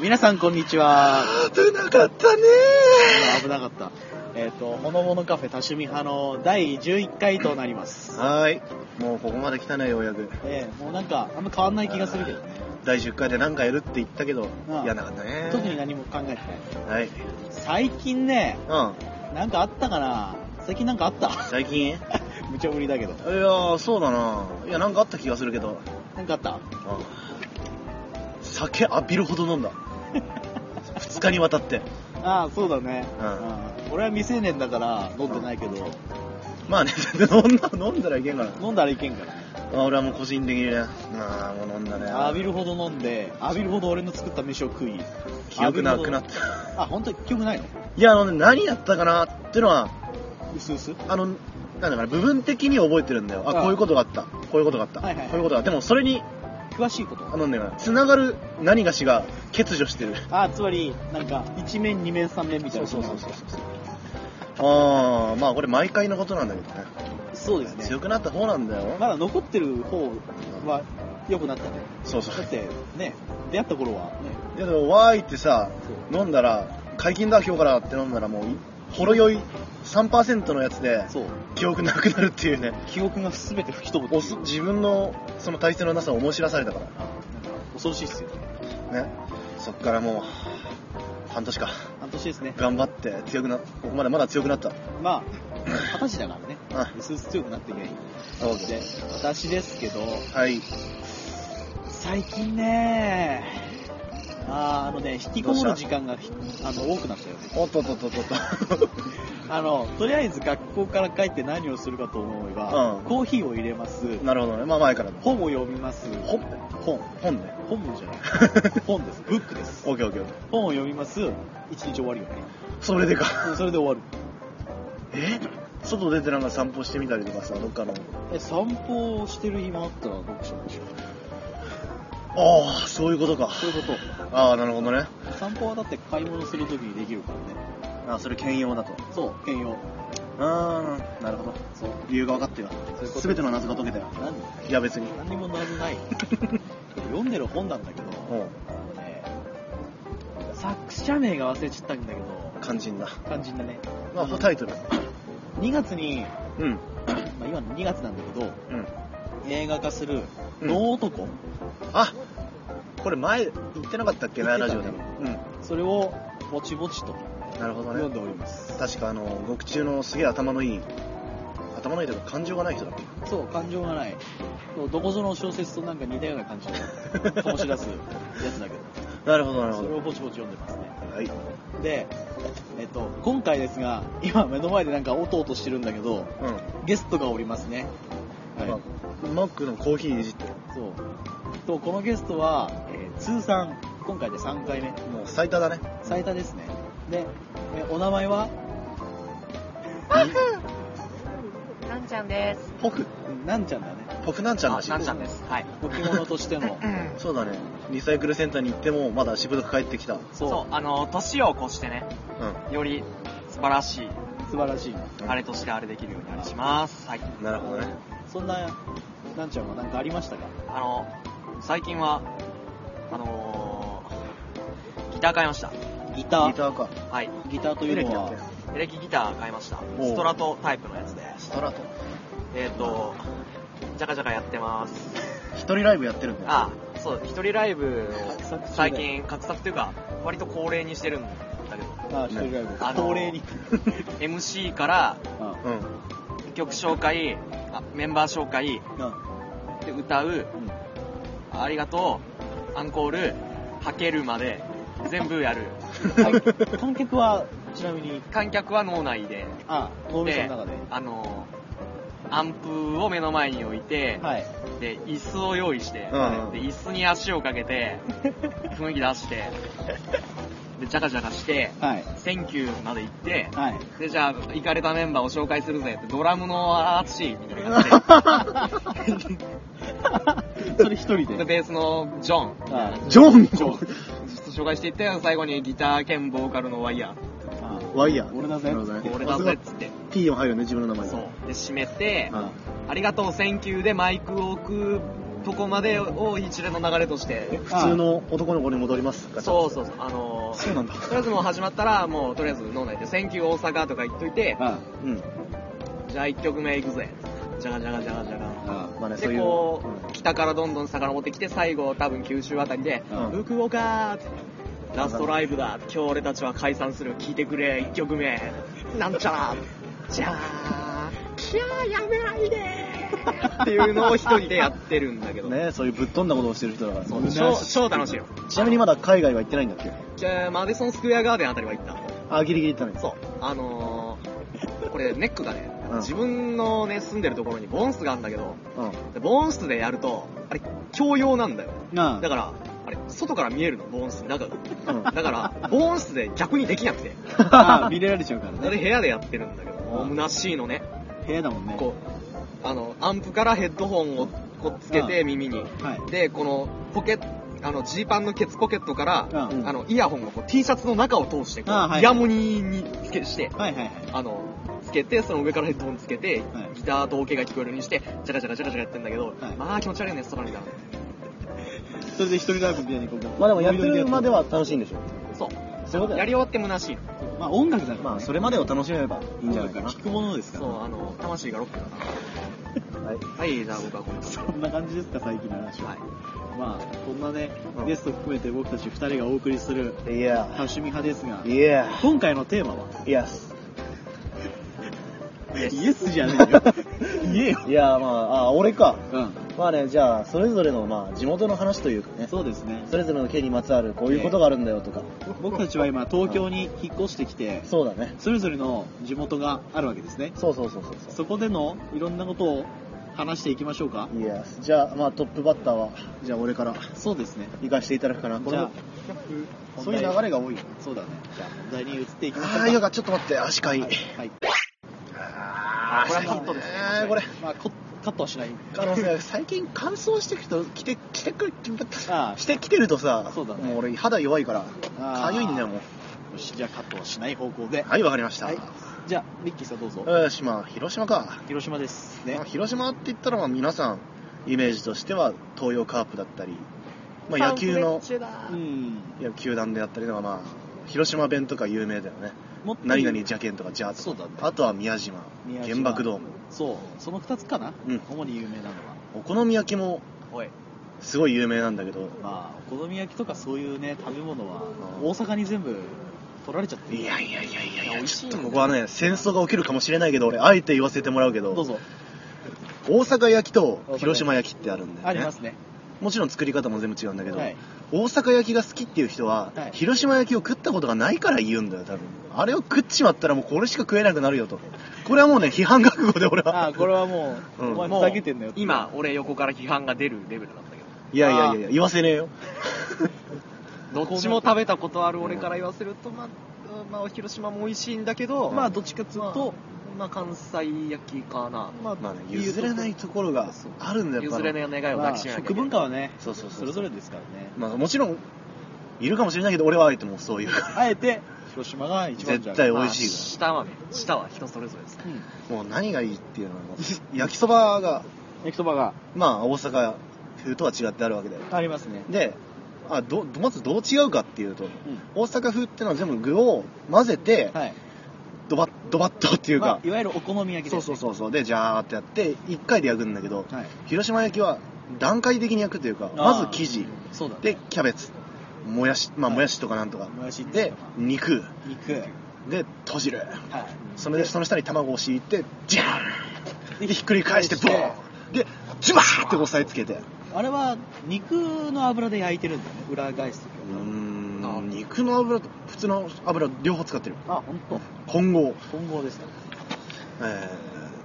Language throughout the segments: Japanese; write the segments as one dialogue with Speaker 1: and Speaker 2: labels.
Speaker 1: 皆さんこんにちは。
Speaker 2: 危なかったね
Speaker 1: 今危なかった。えっ、と、ほのぼのカフェ多趣味派の第11回となります。
Speaker 2: はーいもうここまで来たねようやく
Speaker 1: えーもうなんか、あんま変わんない気がするけどね。
Speaker 2: 第10回で何かやるって言ったけど
Speaker 1: ああ
Speaker 2: やんなかったね
Speaker 1: 特に何も考えてない。
Speaker 2: はい
Speaker 1: 最近ね、
Speaker 2: うん
Speaker 1: なんかあったかな最近なんかあった
Speaker 2: 最近いや
Speaker 1: 無茶ぶりだけど。
Speaker 2: ーそうだないやなんかあった気がするけど
Speaker 1: なんかあった
Speaker 2: ああ酒浴びるほど飲んだ 2日にわたって
Speaker 1: ああ、そうだね、
Speaker 2: うん
Speaker 1: うん俺は未成年だから飲んでないけど、
Speaker 2: まあね 飲んだ飲んだらいけんから
Speaker 1: 飲んだらいけんからね。
Speaker 2: あ俺はもう個人的にねああもう飲んだね
Speaker 1: 浴びるほど飲んで、浴びるほど俺の作った飯を食い。
Speaker 2: 記憶なくなっ
Speaker 1: 浴びる
Speaker 2: た
Speaker 1: ほど。あ、本当に記憶ないの
Speaker 2: いやあのね何やったかなってのは
Speaker 1: うすうす
Speaker 2: あの、なんだかな、部分的に覚えてるんだよ。
Speaker 1: あ
Speaker 2: あ、
Speaker 1: あ
Speaker 2: こういうことがあった。こういうことがあった。
Speaker 1: はいはい
Speaker 2: こういうことがあった。でも、それに、
Speaker 1: 詳しいこと
Speaker 2: あのね、繋がる何がしが欠如してる。
Speaker 1: あつまりなんか一面二面三面みたいな
Speaker 2: ああ、まあこれ毎回のことなんだけどね。
Speaker 1: そうですね
Speaker 2: 強くなった方なんだよ。
Speaker 1: まだ残ってる方は良くなったね
Speaker 2: そうそ
Speaker 1: だっ
Speaker 2: う。
Speaker 1: てね出会った頃はね
Speaker 2: いやでも、わーいってさ、飲んだら、解禁だ今日からって飲んだらもうい、ほろ酔い3%のやつで、
Speaker 1: そう
Speaker 2: 記憶なくなるっていうね。
Speaker 1: 記憶が全て吹き飛ぶってい
Speaker 2: お
Speaker 1: う
Speaker 2: す自分のその体制のなさを思い知らされたか
Speaker 1: なんか恐ろしいっすよ
Speaker 2: ら。ね。そっからもう、半年か。
Speaker 1: 半年ですね
Speaker 2: 頑張って強くなここまでまだ強くなった
Speaker 1: まあ二十歳だからね
Speaker 2: あ
Speaker 1: うすうす強くなっていけない
Speaker 2: そうで
Speaker 1: で私ですけど
Speaker 2: はい
Speaker 1: 最近ねあーあのね引きこもる時間があの多くなったよね
Speaker 2: おっとっとっとっとっと
Speaker 1: あのとりあえず学校から帰って何をするかと思えば、
Speaker 2: うん
Speaker 1: コーヒーを入れます
Speaker 2: なるほどねまあ前からの
Speaker 1: 本を読みます
Speaker 2: 本
Speaker 1: 本
Speaker 2: 本 ね
Speaker 1: 本文 じゃない本ですブックです
Speaker 2: オッケーオッケーオッケー
Speaker 1: 本を読みます一日終わるよね
Speaker 2: それでか
Speaker 1: うんそれで終わる
Speaker 2: え外出てなんか散歩してみたりとかさどっかの
Speaker 1: え散歩をしてる暇あったら読書でしょ
Speaker 2: ああそういうことか
Speaker 1: そういうこ
Speaker 2: ああなるほどね
Speaker 1: と散歩はだって買い物するときにできるからね
Speaker 2: ああそれ兼用だと
Speaker 1: そう兼用
Speaker 2: ああなるほど
Speaker 1: そう
Speaker 2: 理由が分かったよ
Speaker 1: そういうこと
Speaker 2: 全ての謎が解けたよ
Speaker 1: 何
Speaker 2: いや別に
Speaker 1: 何にも謎 ない読んでる本なんだけど、
Speaker 2: うん
Speaker 1: ね作者名が忘れちゃったんだけど
Speaker 2: 肝心だ
Speaker 1: 肝心だね
Speaker 2: まあタイトル
Speaker 1: 2月に、
Speaker 2: うん
Speaker 1: まあ、今の2月なんだけど
Speaker 2: うん
Speaker 1: 映画化する「
Speaker 2: うん
Speaker 1: 能男」
Speaker 2: あこれ前言ってなかったっけ
Speaker 1: 言
Speaker 2: な
Speaker 1: って
Speaker 2: ラ
Speaker 1: た
Speaker 2: ジ
Speaker 1: ね
Speaker 2: オでもう
Speaker 1: それをぼちぼちと
Speaker 2: んなるほどね
Speaker 1: 読んでおります、
Speaker 2: 確かあの獄中のすげえ頭のいい頭のいいというか感情がない人だっ
Speaker 1: そう感情がないそうどこぞの小説となんか似たような感 じの醸し出すやつだけど
Speaker 2: けなるほどな
Speaker 1: それをぼちぼち読んでますね
Speaker 2: はい
Speaker 1: でえっと今回ですが今目の前でなんか音音してるんだけど
Speaker 2: う
Speaker 1: ゲストがおりますね
Speaker 2: ん、
Speaker 1: は
Speaker 2: マックのコーヒーいじってる
Speaker 1: いそうとこのゲストは、えー通算今回で3回目
Speaker 2: もう最多 だね
Speaker 1: 最多ですねでえお名前は
Speaker 3: なんちゃんです。
Speaker 2: ポフ
Speaker 1: なんちゃんだね
Speaker 2: ポフなんちゃんだし
Speaker 3: なんちゃんです。はい。
Speaker 1: 置物としての
Speaker 2: そうだねリサイクルセンターに行ってもまだしぶとく帰ってきたうん
Speaker 3: そう
Speaker 1: そ
Speaker 3: あの、年を越してね、より素晴らしい、
Speaker 1: う素晴らしい
Speaker 3: あれとしてあれできるようになりします。はい。
Speaker 2: なるほどね
Speaker 1: そんな、なんちゃんは何かありましたか
Speaker 3: あの、最近は、あのーギター買いました。
Speaker 1: ギ
Speaker 2: ギ
Speaker 1: ター。ギタ
Speaker 2: ターか
Speaker 1: ー
Speaker 3: はい。
Speaker 1: というのは、
Speaker 3: エレキギター買いました。
Speaker 2: おう
Speaker 3: ストラトタイプのやつで。
Speaker 2: ストラト
Speaker 3: えっ、と、ジャカジャカやってます。
Speaker 2: 一人ライブやってるんだよ
Speaker 3: ああ、そう、一人ライブ
Speaker 1: 画策中
Speaker 3: を
Speaker 1: だよ
Speaker 3: 最近、画策というか、割と恒例にしてるんだけど、
Speaker 1: あ、一人ライブ。
Speaker 3: あの
Speaker 1: 恒例に。
Speaker 3: MC から
Speaker 1: あ
Speaker 2: うん
Speaker 3: 曲紹介、あメンバー紹介、
Speaker 1: あ
Speaker 3: で歌う、
Speaker 1: うん
Speaker 3: ありがとう、アンコール、はけるまで、全部やる。
Speaker 1: はい観客は、ちなみに、
Speaker 3: 観客は脳内で、
Speaker 1: あ、脳みその
Speaker 3: で
Speaker 1: 中で。、
Speaker 3: あの、アンプを目の前に置いて、
Speaker 1: はい。
Speaker 3: で、椅子を用意して、
Speaker 2: うんうん
Speaker 3: で、椅子に足をかけ て、雰囲気出して、で、ジャカジャカして、
Speaker 1: はい。
Speaker 3: センキューまで行って、
Speaker 1: はい。
Speaker 3: で、じゃあ、行かれたメンバーを紹介するぜって、ドラムのアーツシーみたいな感じで
Speaker 1: それ一人
Speaker 3: で、
Speaker 1: で。
Speaker 3: ベースのジョン、
Speaker 1: あ
Speaker 2: ジョン
Speaker 1: ジョン
Speaker 3: 紹介していって、最後にギター兼ボーカルのワイヤ
Speaker 1: あ
Speaker 2: ワイヤー
Speaker 1: 俺だぜ。
Speaker 2: なるほどね
Speaker 3: ー、俺だぜっつって、
Speaker 2: P を入るね自分の名前
Speaker 3: そう。で、締めて、
Speaker 2: ん
Speaker 3: ありがとう、センキューでマイクを置くとこまでを一連の流れとして
Speaker 2: 普通の男の子に戻りますか
Speaker 3: そうそうそうあの
Speaker 2: そうなんだ
Speaker 3: とりあえずもう始まったらもうとりあえず脳内で「センキュー大阪」とか言っといて
Speaker 1: うん
Speaker 2: うん
Speaker 3: じゃあ1曲目いくぜじゃがじゃがじゃがじゃが
Speaker 1: うん
Speaker 2: まあねそう
Speaker 3: で
Speaker 2: いう
Speaker 3: こ
Speaker 2: う
Speaker 3: う北からどんどん遡ってきて最後多分九州あたりで
Speaker 1: うん
Speaker 3: 「福岡」ってラストライブだ今日俺たちは解散する聴いてくれ1曲目なんちゃらじゃあキャーやめないでっていうのを一人でやってるんだけど
Speaker 2: んねそういうぶっ飛んだことをしてる人だから
Speaker 3: そう
Speaker 2: ね
Speaker 3: 超超楽しいよ
Speaker 2: ちなみにまだ海外は行ってないんだっけ
Speaker 3: じゃあマディソンスクエアガーデンあたりは行った
Speaker 2: あギリギリ行ったね
Speaker 3: そう、あのー、これネックがね、
Speaker 2: うん
Speaker 3: 自分のね、住んでるところにボンスがあるんだけど、
Speaker 2: うん
Speaker 3: でボンスでやると、あれ、共用なんだよ。
Speaker 1: なあ
Speaker 3: だから、あれ、外から見えるの、ボンス、中が。
Speaker 2: うん
Speaker 3: だから、ボンスで逆にできなくて。
Speaker 1: あ 見れられちゃうから
Speaker 3: あれ、
Speaker 1: ね
Speaker 3: 部屋でやってるんだけど、もう虚しいのね。
Speaker 1: 部屋だもんね
Speaker 3: こう、あの、アンプからヘッドホンをこうつけて、耳に。
Speaker 1: はい
Speaker 3: で、この、ポケッあの、ジーパンのケツポケットから、
Speaker 1: うん
Speaker 3: あの、イヤホンをこう T シャツの中を通して、こう
Speaker 1: あはい
Speaker 3: イヤモニにつけして、
Speaker 1: はいはいはい
Speaker 3: あの、つけて、その上からヘッドホンつけて、
Speaker 1: はい
Speaker 3: ギターとオケが聞こえるようにして、ジャラジャラジャラジャラやってんだけど、
Speaker 1: はい
Speaker 3: まあ気持ち悪いね、外から見たら。
Speaker 1: それで一人ライブみたいにここ
Speaker 2: まあでもやってるまでは楽しいんでしょ
Speaker 3: そう。
Speaker 2: そういうこと
Speaker 3: や
Speaker 2: や
Speaker 3: り終わって虚しいの。
Speaker 1: まあ音楽だからね
Speaker 2: まあそれまでを楽しめればいいんじゃないかな
Speaker 1: 聞くものですか
Speaker 3: そ
Speaker 1: ら
Speaker 3: う、あの、魂がロックだ
Speaker 2: はい
Speaker 3: な。はい、じゃあ僕はこんな
Speaker 1: そんな感じですか最近の話は
Speaker 3: はい。
Speaker 1: まあこんなね
Speaker 2: うん
Speaker 1: ゲスト含めて僕たち2人がお送りする
Speaker 2: いや
Speaker 1: 多趣味派ですが
Speaker 2: いや
Speaker 1: 今回のテーマは
Speaker 2: イエス
Speaker 1: イエスじゃねえ よ言えよ
Speaker 2: いやまああ俺か
Speaker 1: う
Speaker 2: まあねじゃあそれぞれのまあ地元の話というかね
Speaker 1: んそうですね
Speaker 2: それぞれの県にまつわるこういうことがあるんだよとか、
Speaker 1: 僕たちは今東京に引っ越してきて
Speaker 2: そうだね
Speaker 1: それぞれの地元があるわけですね
Speaker 2: そうそうそうそうそ
Speaker 1: そこでのいろんなことを話していきましょうか
Speaker 2: ういやじゃあまあトップバッターはじゃあ俺から
Speaker 1: そうですね
Speaker 2: 行かせていただくかなこ
Speaker 1: じ
Speaker 2: れ
Speaker 1: ゃあ
Speaker 2: そういう流れが多いよ
Speaker 1: そうだねじゃあ問題に移っていきましょう
Speaker 2: ああよかったちょっと待って足かゆい、
Speaker 1: はい、
Speaker 2: あ
Speaker 3: あこれはカットですね
Speaker 2: あーこれ
Speaker 1: まあ、こカットはしない
Speaker 2: 可能性最近乾燥してきてきてきてくる
Speaker 1: あー
Speaker 2: してきてるとさ
Speaker 1: そうだね
Speaker 2: もう俺肌弱いから
Speaker 1: あー
Speaker 2: かゆいんだよも
Speaker 1: よしじゃあカットはしない方向で
Speaker 2: うはいわかりました、
Speaker 1: はいじゃあリッキーさんどうぞ
Speaker 2: よしまあ広島か
Speaker 1: 広島ですね
Speaker 2: まあ広島って言ったらまあ皆さんイメージとしては東洋カープだったり、まあ、野球の
Speaker 1: うん
Speaker 2: いや球団であったりのがまあ広島弁とか有名だよね
Speaker 1: もっと
Speaker 2: 何々邪剣とかジャーと
Speaker 1: そう
Speaker 2: か
Speaker 1: だね
Speaker 2: あとは宮島
Speaker 1: 宮島
Speaker 2: 原爆ドーム
Speaker 1: そうその2つかな、
Speaker 2: うん
Speaker 1: 主に有名なのは
Speaker 2: お好み焼きも
Speaker 3: おい。
Speaker 2: すごい有名なんだけど
Speaker 1: まあお好み焼きとかそういうね食べ物は
Speaker 2: うん
Speaker 1: 大阪に全部取られちゃってる
Speaker 2: いやいやいやいやい
Speaker 3: いや美
Speaker 2: や
Speaker 3: 味
Speaker 2: ち
Speaker 3: し
Speaker 2: ょ
Speaker 3: い
Speaker 2: っ
Speaker 3: んだ
Speaker 2: とここはね戦争が起きるかもしれないけど俺あえて言わせてもらうけど
Speaker 1: どうぞ
Speaker 2: 大阪焼きと広島焼きってあるんだよね
Speaker 1: ありますね
Speaker 2: もちろん作り方も全部違うんだけど、
Speaker 1: はい
Speaker 2: 大阪焼きが好きっていう人は、
Speaker 1: はい
Speaker 2: 広島焼きを食ったことがないから言うんだよ多分あれを食っちまったらもうこれしか食えなくなるよとこれはもうね批判覚悟で俺は
Speaker 1: あこれはもう、
Speaker 2: うん
Speaker 1: お前ふ
Speaker 3: も
Speaker 1: ざけてんだよ
Speaker 3: う、今、俺横から批判が出るレベルなんだけ
Speaker 2: いやいやいやいや言わせねえよ
Speaker 3: ど。どっちも食べたことある俺から言わせると、まあ、まあ、広島も美味しいんだけど、
Speaker 1: まあどっちかっつうと、
Speaker 3: まあ、関西焼きかな。
Speaker 1: まあ
Speaker 2: まあね譲れないところがあるんだよやっぱ
Speaker 3: 譲
Speaker 2: り
Speaker 3: れない願いを
Speaker 1: ま
Speaker 3: 抱
Speaker 1: あ
Speaker 3: きしめなきゃ
Speaker 1: 食
Speaker 3: いけない
Speaker 1: 文化はね
Speaker 2: そうそうそう
Speaker 1: それぞれですからね
Speaker 2: まあもちろんいるかもしれないけど俺はあえてもうそういう
Speaker 1: あえて広島が一番じゃん
Speaker 2: 絶対
Speaker 3: まあ
Speaker 2: 美味しい
Speaker 3: 下はね、下は人それぞれですね。
Speaker 1: うん
Speaker 2: もう何がいいっていうのはもう焼きそばが
Speaker 1: 焼きそばが
Speaker 2: まあ大阪風とは違ってあるわけだよ
Speaker 1: ありますね
Speaker 2: であどまずどう違うかっていうと
Speaker 1: うん
Speaker 2: 大阪風ってのは全部具を混ぜて、
Speaker 1: はい
Speaker 2: ドバッドバッとっていう
Speaker 1: ま
Speaker 2: か、
Speaker 1: あいわゆるお好み焼き
Speaker 2: そ
Speaker 1: で
Speaker 2: う
Speaker 1: す
Speaker 2: そう
Speaker 1: ね
Speaker 2: そうそうでジャーってやって1回で焼くんだけど、
Speaker 1: はい
Speaker 2: 広島焼きは段階的に焼くというか
Speaker 1: あー
Speaker 2: まず生地
Speaker 1: そうだね
Speaker 2: でキャベツもやしまあ
Speaker 1: はい
Speaker 2: もやしとかなんとか、
Speaker 1: もやし
Speaker 2: で肉
Speaker 1: 肉はい
Speaker 2: でと汁それでその下に卵を敷いてジャーンでひっくり返してボーンでジュワーって押さえつけて
Speaker 1: あれは肉の油で焼いてるんだよね裏返す
Speaker 2: う
Speaker 1: 時
Speaker 2: ー
Speaker 1: は
Speaker 3: あ
Speaker 2: ん肉の油と普通の油両方使ってる
Speaker 1: あ本当。
Speaker 2: 混合
Speaker 1: 混合ですか
Speaker 2: え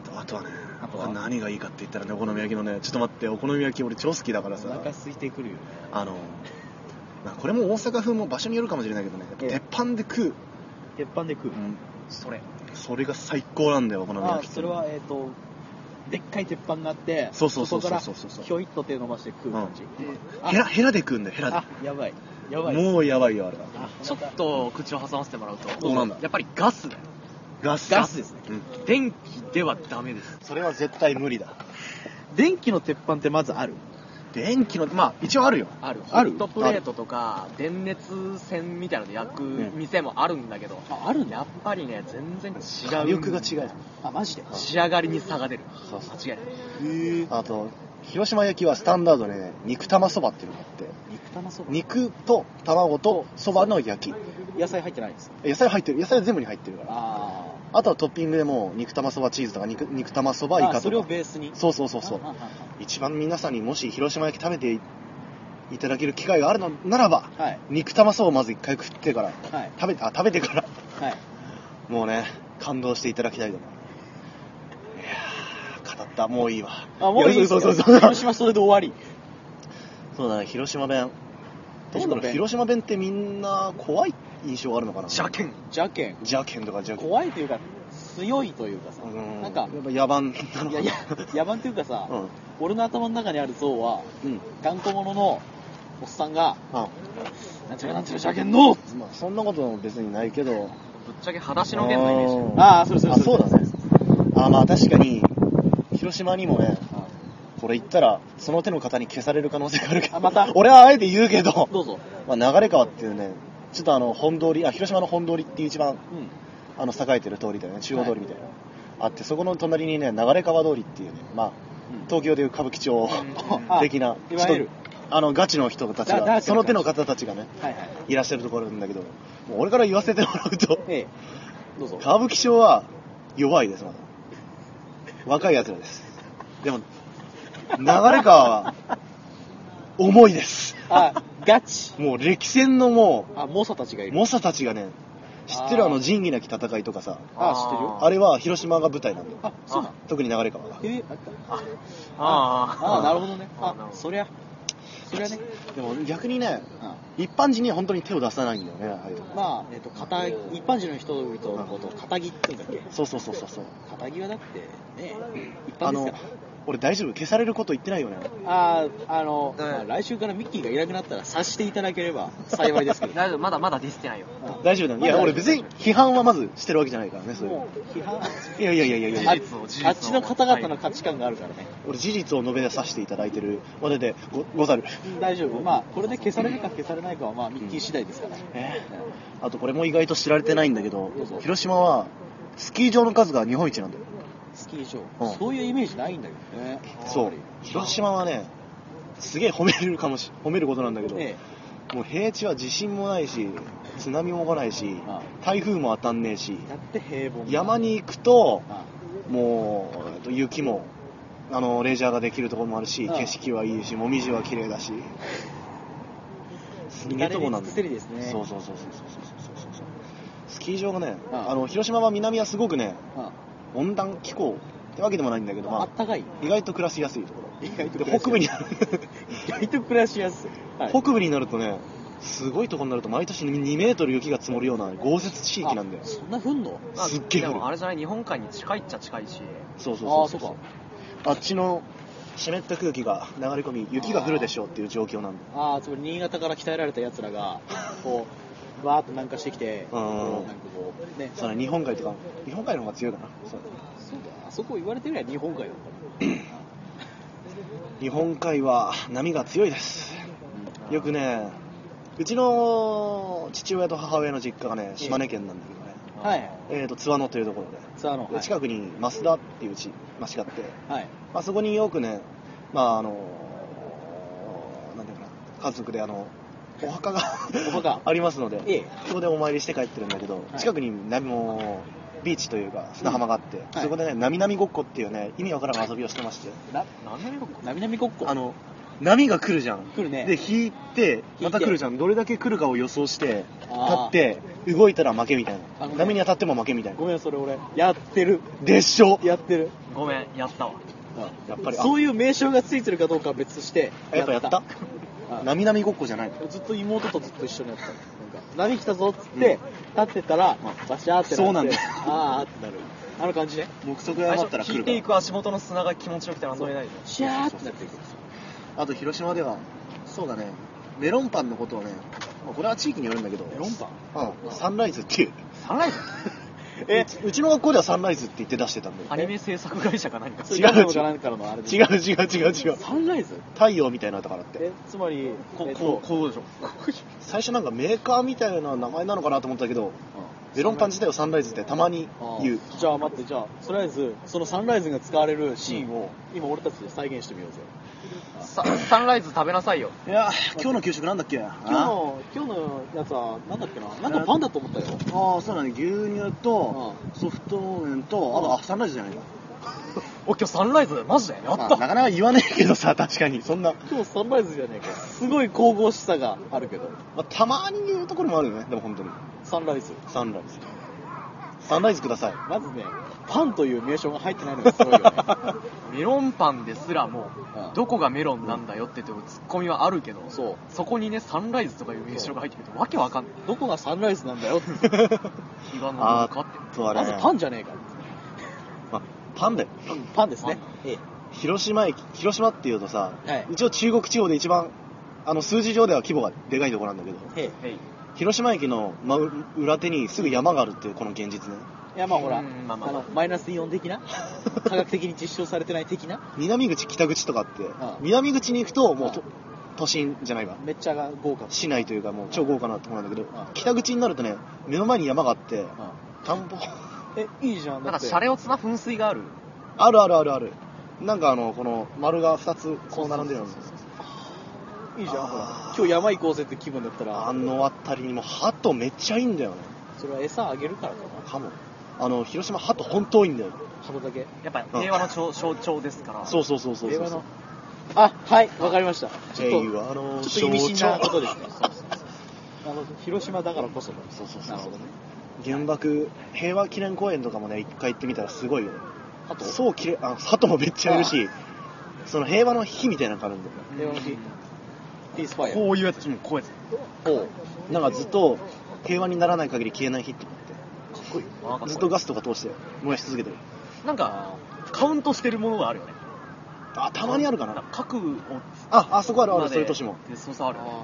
Speaker 2: ーとあとはね
Speaker 1: あとは
Speaker 2: 何がいいかって言ったらねお好み焼きのねちょっと待ってお好み焼き俺超好きだから
Speaker 1: お
Speaker 2: さ
Speaker 1: 腹空いてくるよね
Speaker 2: あの、まあ、これも大阪風も場所によるかもしれないけどね
Speaker 1: ええ
Speaker 2: 鉄板で食う、
Speaker 1: 鉄板で食う
Speaker 3: それ。
Speaker 2: それが最高なんだよお好み
Speaker 1: あ
Speaker 2: 焼きって
Speaker 1: それはえっとでっかい鉄板があって
Speaker 2: そうそうそうそう
Speaker 1: こ
Speaker 2: そう
Speaker 1: か
Speaker 2: そうそ
Speaker 1: ら
Speaker 2: う
Speaker 1: ひょいっと手伸ばして食う感じあ
Speaker 2: ヘラヘラで食うんだよヘラ
Speaker 1: あやばいやば
Speaker 2: で
Speaker 1: い
Speaker 2: もうやばいよあれは
Speaker 1: あ
Speaker 3: ちょっと口を挟ませてもらうと、
Speaker 2: どうなんだ
Speaker 3: やっぱりガスだよ。
Speaker 2: ガス
Speaker 1: ガスですね
Speaker 2: うん
Speaker 3: 電気ではダメです。
Speaker 2: それは絶対無理だ
Speaker 1: 電気の鉄板ってまずある
Speaker 2: 電気のまあ一応あるよ
Speaker 3: あるホ
Speaker 2: ある
Speaker 3: ットプレートとか電熱線みたいなので焼く
Speaker 2: ね
Speaker 3: 店もあるんだけど、
Speaker 1: ああるんだ
Speaker 3: やっぱりね全然違う
Speaker 2: 火力が違う
Speaker 1: あマジで
Speaker 3: 仕上がりに差が出る
Speaker 2: そうそう
Speaker 3: 間違いない
Speaker 1: へえ
Speaker 2: あと広島焼きはスタンダードでね肉玉そばっていうのがあって
Speaker 1: 肉玉そば
Speaker 2: 肉と卵とそばの焼き
Speaker 1: 野菜入ってないです
Speaker 2: 野菜入ってる野菜全部に入ってるから
Speaker 1: あ
Speaker 2: あとはトッピングでもう肉玉そばチーズとか肉肉玉そ
Speaker 1: ー
Speaker 2: ばイカと
Speaker 1: あ
Speaker 2: か
Speaker 1: それをベースに
Speaker 2: そうそうそうそう
Speaker 1: ああ
Speaker 2: 一番皆さんにもし広島焼き食べていいただける機会があるのならば
Speaker 1: あはい
Speaker 2: 肉玉そばをまず一回食ってから
Speaker 1: はい
Speaker 2: 食べてあ食べてから
Speaker 1: はい
Speaker 2: もうね感動していただきたいと思ういやー語ったもういいわ
Speaker 1: あもういい
Speaker 2: や
Speaker 1: です
Speaker 2: そ
Speaker 1: よ
Speaker 2: うそうそうそう
Speaker 1: 広島それで終わり
Speaker 2: そうだね広島弁ど
Speaker 1: ど
Speaker 2: う
Speaker 1: うな
Speaker 2: だろ
Speaker 1: の
Speaker 2: う広島弁ってみんな怖い印象があるのかな
Speaker 3: 邪剣
Speaker 1: じゃけん
Speaker 2: 邪剣とか邪剣
Speaker 1: 怖いというか強いというかさ
Speaker 2: うん
Speaker 1: なんか
Speaker 2: やっぱ野蛮な
Speaker 1: い
Speaker 2: のかな
Speaker 1: やいや野蛮というかさ、
Speaker 2: うん
Speaker 1: 俺の頭の中にある像は
Speaker 2: うん
Speaker 1: 頑固者のおっさんが
Speaker 2: あ
Speaker 1: 「なんちゃらなんちゃらじゃけんの!
Speaker 2: まあそんなことも別にないけど
Speaker 3: ぶっちゃけ裸足の剣のイメージ
Speaker 1: あーそうそう
Speaker 2: あ
Speaker 1: そう
Speaker 2: そうだねあまあ確かに広島にもねこれ言ったらその手の方に消される可能性があるけど
Speaker 1: あまた
Speaker 2: 俺はあえて言うけど」
Speaker 1: どうぞ
Speaker 2: まあ、流れ川っていうねちょっとあの本通りあ広島の本通りっていう一番
Speaker 1: うん
Speaker 2: あの栄えてる通りだよね中央通りみたいな、あってそこの隣にね流れ川通りっていうねまあ東京でいう歌舞伎町
Speaker 1: うん
Speaker 2: 的な、
Speaker 1: い
Speaker 2: ちょ
Speaker 1: わ
Speaker 2: っと
Speaker 1: ゆる
Speaker 2: あのガチの人たち
Speaker 1: ダダー
Speaker 2: が
Speaker 1: チな
Speaker 2: その手の方たちがね
Speaker 1: はいはい
Speaker 2: いらっしゃるところなんだけどもう俺から言わせてもらうと
Speaker 1: ええどうぞ
Speaker 2: 歌舞伎町は弱いですまだ若いやつらですでも流れ川は重いです
Speaker 1: あガチ
Speaker 2: もう歴戦のも
Speaker 1: あ猛者たちがいうる
Speaker 2: 猛者たちがね知ってる
Speaker 1: あー
Speaker 2: あの仁義なき戦いとかさ
Speaker 1: あ知ってるよ
Speaker 2: あれは広島が舞台なんだよ
Speaker 1: あそうなん
Speaker 2: 特に流れ川が
Speaker 1: ええあ
Speaker 3: あ
Speaker 1: あなるほどね
Speaker 3: あなる
Speaker 1: あ
Speaker 3: ほど
Speaker 1: そりゃそりゃね
Speaker 2: でも逆にね
Speaker 1: うん
Speaker 2: 一般人には本当に手を出さないんだよねああいうとこ
Speaker 1: まあ、えっと、片一般人の人々のことを片木って言うんだっけ
Speaker 2: そうそうそうそうそう
Speaker 1: 片木はだってね一
Speaker 2: あ
Speaker 1: 般ですか
Speaker 2: の
Speaker 1: ら
Speaker 2: 俺大丈夫消されること言ってないよね
Speaker 1: あああの、
Speaker 3: うん
Speaker 1: まあ来週からミッキーがいなくなったら察していただければ幸いですけ ど
Speaker 3: 大丈夫 まだまだディスってないよ
Speaker 2: 大丈夫だよいや俺別に批判はまずしてるわけじゃないからねそういう
Speaker 1: もう批判
Speaker 2: いやいやいやいやいや
Speaker 1: あ
Speaker 3: 事実を事実を
Speaker 1: あっちの方々の価値観があるからね、
Speaker 2: 俺事実を述べさせていただいてるわけでごござる
Speaker 1: うん大丈夫まあこれで消されるか消されないかはまあミッキー次第ですから、
Speaker 2: えあとこれも意外と知られてないんだけど
Speaker 1: どうぞ
Speaker 2: 広島はスキー場の数が日本一なんだよ
Speaker 1: スキー場、
Speaker 2: うん
Speaker 1: そういうイメージないんだけどね
Speaker 2: そう広島はねすげえ褒めれるかもし褒めることなんだけど、
Speaker 1: え
Speaker 2: もう平地は地震もないし津波も来ないし
Speaker 1: あ
Speaker 2: 台風も当たんねえし
Speaker 1: えだって平凡
Speaker 2: 山に行くと
Speaker 1: あ
Speaker 2: もうえっと雪もあのレジャーができるところもあるし
Speaker 1: ああ
Speaker 2: 景色はいいしもみじは綺麗だしすげえとこなんだ
Speaker 1: 至れり尽くせりですね
Speaker 2: そうそうそうそうそうそうそうそうスキー場がね
Speaker 1: ああ
Speaker 2: あの広島は南はすごくね
Speaker 1: あ
Speaker 2: 温暖気候ってわけでもないんだけど
Speaker 1: ああ
Speaker 2: ま
Speaker 1: ったかい
Speaker 2: あ意外と暮らしやすいところ
Speaker 1: 意外と
Speaker 2: で
Speaker 1: 暮らしやすい
Speaker 2: 北部に
Speaker 1: 意外と暮らしやすい、はい
Speaker 2: 北部になるとねすごいとこになると毎年2メートル雪が積もるような豪雪地域なんだよ
Speaker 1: あそんな降んの
Speaker 3: まあ
Speaker 2: すっげえ
Speaker 3: で
Speaker 2: 降る
Speaker 3: もあれじゃない日本海に近いっちゃ近いし
Speaker 2: そうそう
Speaker 1: あ
Speaker 2: そ
Speaker 1: あ
Speaker 2: う
Speaker 1: そうか
Speaker 2: あっちの湿った空気が流れ込み雪が降るでしょうっていう状況なんだ
Speaker 1: ああつまり新潟から鍛えられたやつらがこうわーっと南下してきてこうなんかこうね
Speaker 2: その日本海とか日本海の方が強いかなそう
Speaker 1: そうだあそこ言われてみれば日本海だも
Speaker 2: 日本海は波が強いです
Speaker 1: ん
Speaker 2: よくねうちの父親と母親の実家がね島根県なんだけどね
Speaker 1: はい
Speaker 2: えー、と津和野というところで
Speaker 1: さああの
Speaker 2: で近くに増田っていう地町があって、
Speaker 1: はい
Speaker 2: まあ、そこによくねまああのなんていうかな家族であのお墓が
Speaker 1: お墓
Speaker 2: ありますので、
Speaker 1: ええ
Speaker 2: そこでお参りして帰ってるんだけど、
Speaker 1: い
Speaker 2: 近くに波もビーチというか砂浜があって、
Speaker 1: はい
Speaker 2: そこでね波々ごっこっていうね意味わからん遊びをしてまして
Speaker 1: な
Speaker 3: 何年後
Speaker 1: なみなみごっこ
Speaker 2: あの波が来るじゃん
Speaker 1: 来るね
Speaker 2: で引いて
Speaker 1: 引いて
Speaker 2: また来るじゃんどれだけ来るかを予想して
Speaker 1: あー
Speaker 2: 立って動いたら負けみたい
Speaker 1: あ
Speaker 2: な、
Speaker 1: のね
Speaker 2: 波に当たっても負けみたいな
Speaker 1: ごめんそれ俺やってる
Speaker 2: でしょ
Speaker 1: やってる
Speaker 3: ごめんやったわ
Speaker 2: やっぱりあ
Speaker 1: そういう名称がついてるかどうかは別として
Speaker 2: やっぱやった
Speaker 1: あ
Speaker 2: なみなみごっこじゃないの
Speaker 1: ずっと妹とずっと一緒にやってたなんか波来たぞっつって、立ってたらバシャーってなって
Speaker 2: そうなんだよ
Speaker 1: あーってなるあの感じね
Speaker 2: 目測
Speaker 3: 最
Speaker 2: が上がったら
Speaker 3: 初
Speaker 2: 来
Speaker 3: 引い
Speaker 2: る
Speaker 3: てい
Speaker 2: か
Speaker 3: く足元の砂が気持ちよくてあんまりないよ
Speaker 1: シャーってなっていく
Speaker 2: らあと広島ではそうだねメロンパンのことをねまあこれは地域によるんだけど
Speaker 1: メロンパン
Speaker 2: うんサンライズっていう
Speaker 3: サンライズ
Speaker 2: えうちの学校ではサンライズって言って出してたんだよ
Speaker 3: アニメ制作会社か何か
Speaker 2: 違う違う
Speaker 1: ガムのかなんかのあれで
Speaker 2: 違う違う違う違う
Speaker 1: サンライズ
Speaker 2: 太陽みたいなのだからって
Speaker 1: えつまり
Speaker 2: こ
Speaker 1: えっと
Speaker 2: こうこうでしょ最初なんかメーカーみたいな名前なのかなと思ったけどメロンパン自体をサンライズってたまに
Speaker 1: あ
Speaker 2: 言う
Speaker 1: じゃあ待ってじゃあとりあえずそのサンライズが使われるシーンを今俺たちで再現してみようぜ
Speaker 3: ササンライズ食べなさいよ
Speaker 2: いや今日の給食なんだっけ今
Speaker 1: 今日の今日のやつはなんだっけななんかパンだと思ったよ
Speaker 2: ああそうだね牛乳とソフト麺とあとあサンライズじゃないか
Speaker 3: お今日サンライズマジでや
Speaker 2: ま
Speaker 3: っ
Speaker 2: あ
Speaker 3: た、
Speaker 2: なかなか言わねえけどさ 確かにそんな、
Speaker 1: 今日サンライズじゃねえかすごい神々しさがあるけど
Speaker 2: まあ、たまに言うところもあるよねでも本当に
Speaker 1: サンライズ
Speaker 2: サンライズサンライズください
Speaker 1: まずねパンという名称が入ってないのがすごいよ ね
Speaker 3: メロンパンですらも
Speaker 1: うん
Speaker 3: どこがメロンなんだよってとこツッコミはあるけど
Speaker 1: そう
Speaker 3: そこにねサンライズとかいう名称が入ってくるとわけわかんない
Speaker 1: どこがサンライズなんだよって
Speaker 3: 気が乗る
Speaker 2: あ
Speaker 3: か
Speaker 2: ー
Speaker 3: って
Speaker 2: あとあれ
Speaker 1: まずパンじゃねえか
Speaker 2: まあパンだよ
Speaker 1: パンですねえ
Speaker 2: 広島駅広島っていうとさ、
Speaker 1: はい
Speaker 2: 一応中国地方で一番あの数字上では規模がでかいところなんだけど
Speaker 1: ええ
Speaker 3: はい
Speaker 2: 広島駅の真裏手にすぐ山があるっていうこの現実ね
Speaker 1: えいやまあほら、
Speaker 3: うんまあまあ
Speaker 1: あのマイナスイオン的 な科学的に実証されてない的な
Speaker 2: 南口北口とかって、
Speaker 1: ん
Speaker 2: 南口に行くともうと
Speaker 1: う
Speaker 2: 都心じゃないわ
Speaker 1: めっちゃが豪華
Speaker 2: 市内というかもう超豪華なところなんだけど、
Speaker 1: ん
Speaker 2: 北口になるとね目の前に山があって
Speaker 1: うん
Speaker 2: 田んぼ
Speaker 1: えいいじゃん
Speaker 3: な
Speaker 1: だ
Speaker 3: んか
Speaker 1: って
Speaker 3: シャレオツな噴水がある
Speaker 2: あるあるあるあるなんかあのこの丸が2つこう並んでるの
Speaker 1: いいじゃんほら
Speaker 2: あー
Speaker 1: 今日山行こうぜって気分だった
Speaker 2: あ
Speaker 1: ら
Speaker 2: の辺りにも鳩めっちゃいいんだよね
Speaker 1: それは餌あげるからかな
Speaker 2: かもあの広島鳩本当多いんだよ
Speaker 1: 鳩だけ
Speaker 3: やっぱ平和の象象徴ですから
Speaker 2: そうそうそうそうそ
Speaker 1: 平
Speaker 2: う
Speaker 1: 和のあはいわかりましたちょっと
Speaker 2: 平和の
Speaker 1: ちょっと意味深なことですね
Speaker 2: 象徴
Speaker 1: そうそうそうあの広島だからこその
Speaker 2: そうそうそう
Speaker 1: なるほどね
Speaker 2: 原爆平和記念公園とかもね一回行ってみたらすごいよね
Speaker 1: あと
Speaker 2: そうきれいあ鳩もめっちゃいるしその平和の日みたいなのがあるんだよね
Speaker 1: 平和の日ピースファイア
Speaker 3: こういうやつもこうやつ
Speaker 1: おう
Speaker 2: なんかずっと平和にならない限り消えない日って
Speaker 1: かっこいい
Speaker 3: なんか
Speaker 2: ずっとガスとか通して燃やし続けてる
Speaker 3: なんかカウントしてるものがあるよね
Speaker 2: あたまにあるかな
Speaker 3: 核を
Speaker 2: ああそこあるあるそういう年も
Speaker 3: でそうそうある
Speaker 1: あ